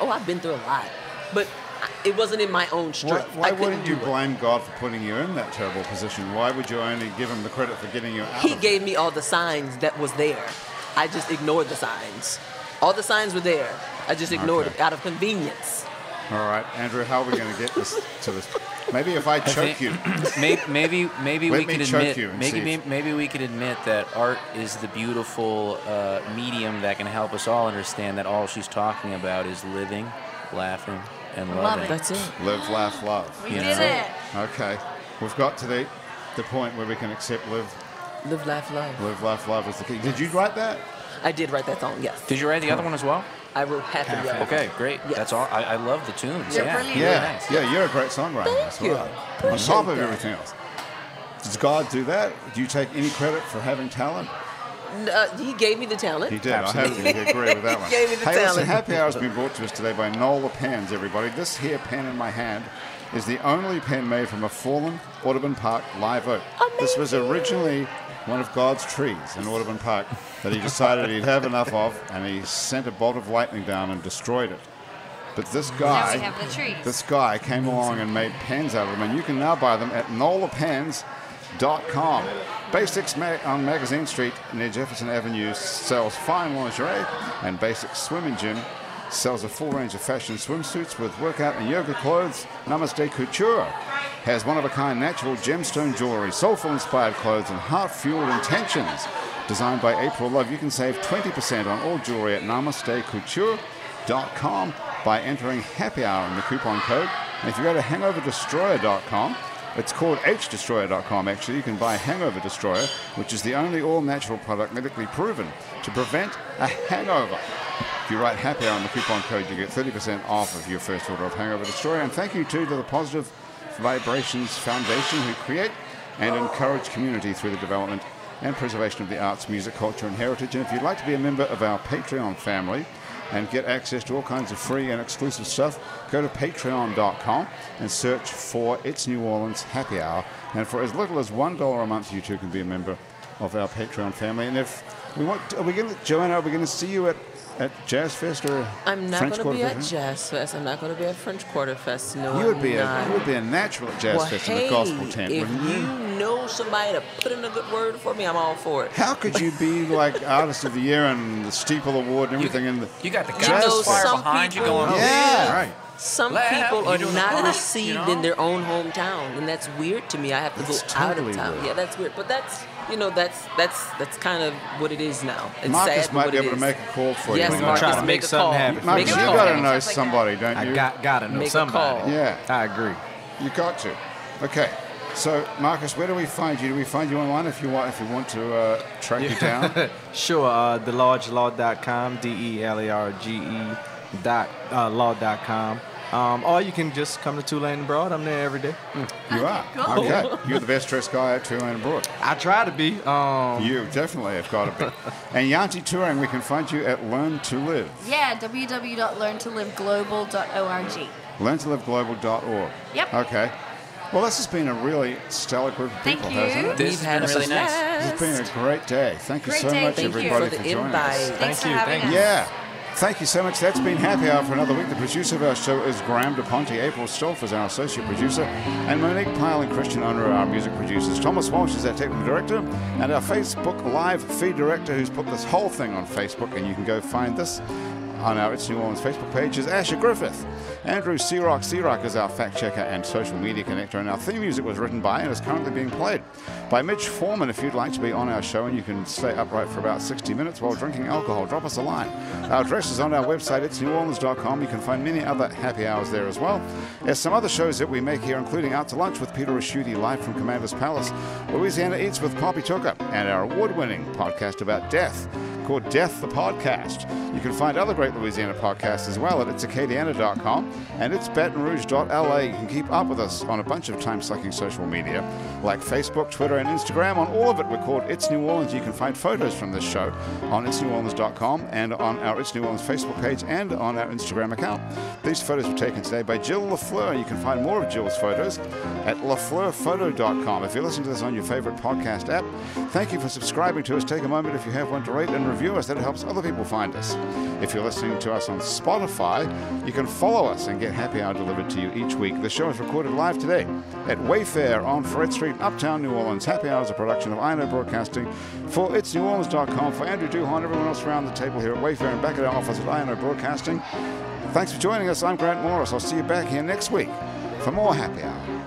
Oh, I've been through a lot, but I- it wasn't in my own
Why,
strength.
why
I couldn't
wouldn't you
do it.
blame God for putting you in that terrible position? Why would you only give him the credit for getting you out?
He
of it?
gave me all the signs that was there. I just ignored the signs. All the signs were there. I just ignored
Okay.
it out of convenience.
All right, Andrew, how are we going to get this to this? Maybe if I choke you,
maybe maybe, maybe
Let
we
me
could
choke
admit
you and see
maybe,
if-
maybe maybe we could admit that art is the beautiful uh, medium that can help us all understand that all she's talking about is living, laughing, and loving.
That's it.
live, laugh, love.
We
You
did
know?
it.
Okay, we've got to the the point where we can accept live,
Live, laugh, love.
live, laugh, love as the key. Did you write that?
I did write that song. Yes,
Did you write the other one as well?
I wrote half of it.
Okay, great.
Yes.
That's all. I, I love the tunes.
They're
yeah,
brilliant.
really
Yeah,
nice.
yeah, you're a great songwriter.
Thank
as
you.
well. On
Appreciate
top of
that.
everything else, does God do that? Do you take any credit for having talent?
N- uh, he gave me the talent.
He did. I hope you agree with that one.
Gave me the
hey, listen,
talent.
Happy Hour has been brought to us today by Nola Pens, everybody. This here pen in my hand is the only pen made from a fallen Audubon Park live oak. This was originally one of God's trees in Audubon Park that he decided he'd have enough of, and he sent a bolt of lightning down and destroyed it. But this guy,
have the trees.
this guy came along and made pens out of them, and you can now buy them at nolapens.com. Basics ma- on Magazine Street near Jefferson Avenue sells fine lingerie, and Basics Swimming Gym sells a full range of fashion swimsuits with workout and yoga clothes. Namaste Couture has one of a kind natural gemstone jewelry, soulful inspired clothes, and heart fueled intentions. Designed by April Love, you can save 20% on all jewelry at Namaste Couture hangoverDestroyer.com by entering happy hour in the coupon code. And if you go to hangoverdestroyer.com, it's called hdestroyer.com actually. You can buy Hangover Destroyer, which is the only all natural product medically proven to prevent a hangover. If you write happy hour in the coupon code, you get 30% off of your first order of Hangover Destroyer. And thank you too to the Positive Vibrations Foundation who create and encourage community through the development and preservation of the arts, music, culture, and heritage. And if you'd like to be a member of our Patreon family, and get access to all kinds of free and exclusive stuff, go to patreon.com and search for It's New Orleans Happy Hour. And for as little as $1 a month, you too can be a member of our Patreon family. And if we want, are we going to, Joanna, are we going to see you at, at Jazz Fest or
I'm not
French
going to be
Quarter
at
Fest?
Jazz Fest. I'm not going to be at French Quarter Fest. No,
You would
I'm
be a,
not.
you would be a natural at Jazz
well,
Fest
hey,
in the gospel tent,
if
wouldn't you?
you know somebody to put in a good word for me, I'm all for it.
How could you be like Artist of the Year and the Steeple Award and everything? in the
You got the
You know
guys fire
some
behind you
people-
going.
yeah,
Right.
Some
Laugh,
people
you
are
doing
not
the work,
received
you
in
know?
their own hometown, and that's weird to me. I have to
That's
go out
totally
of town.
weird.
Yeah, that's weird. But that's you know, that's that's that's kind of what it is now. It's sad,
Marcus
but
might
what
be
it
able to
is.
make a call for
Yes,
you.
We're gonna
Marcus,
try to
Marcus, make
make
a
something
call.
happen for
Marcus
Make
you
a
you.
got to know
call.
Stuff like that.
somebody, don't you?
I got got to know
Make a
somebody.
call.
Yeah.
I agree.
You got to. Okay. So, Marcus, where do we find you? Do we find you online if you want if you want to uh, track you down?
Sure, uh, thelargelaw.com, D E L A R G E dot uh, law.com. Um, or you can just come to Tulane and Broad. I'm there every day.
You are.
cool.
Okay. You're the best dressed guy at Tulane Broad.
I try to be. Um,
You definitely have got to be. And Yanti Touring, we can find you at Learn to Live.
Yeah, www.learntoliveglobal.org.
LearnToLiveGlobal.org.
Yep.
Okay. Well, this has been a really stellar group of
Thank
people,
you.
hasn't it?
This
We've
has
had
been
a
really nice.
blast.
It's been a great day. Thank you
Great
so
day.
much,
Thank you
everybody,
for the
joining us.
invite.
Thanks
Thank you,
for having
thank
us.
you.
Yeah. Thank you so much. That's been Happy Hour for another week. The producer of our show is Graham DePonte. April Stolf is our associate producer. And Monique Pyle and Christian Honor are our music producers. Thomas Walsh is our technical director. And our Facebook live feed director, who's put this whole thing on Facebook. And you can go find this on our It's New Orleans Facebook page, is Asher Griffith. Andrew Searock Searock is our fact checker and social media connector. And our theme music was written by and is currently being played by Mitch Foreman. If you'd like to be on our show and you can stay upright for about 60 minutes while drinking alcohol, drop us a line. Our address is on our website, itsneworleans.com. You can find many other happy hours there as well. There's some other shows that we make here, including Out to Lunch with Peter Raschuti live from Commander's Palace, Louisiana Eats with Poppy Tucker, and our award winning podcast about death called Death the Podcast. You can find other great Louisiana podcasts as well at itsacadiana.com and it's batonrouge.la. You can keep up with us on a bunch of time sucking social media like Facebook, Twitter, and Instagram. On all of it, we're called It's New Orleans. You can find photos from this show on itsneworleans.com and on our It's New Orleans Facebook page and on our Instagram account. These photos were taken today by Jill LaFleur. You can find more of Jill's photos at lafleurphoto.com. If you're listening to this on your favorite podcast app, thank you for subscribing to us. Take a moment if you have one to rate and review us. That helps other people find us. If you're listening to us on Spotify, you can follow us and get Happy Hour delivered to you each week. The show is recorded live today at Wayfair on Fred Street, Uptown New Orleans. Happy Hour is a production of INO Broadcasting for itsneworleans.com. For Andrew Duhon, everyone else around the table here at Wayfair and back at our office at INO Broadcasting. Thanks for joining us. I'm Grant Morris. I'll see you back here next week for more Happy Hour.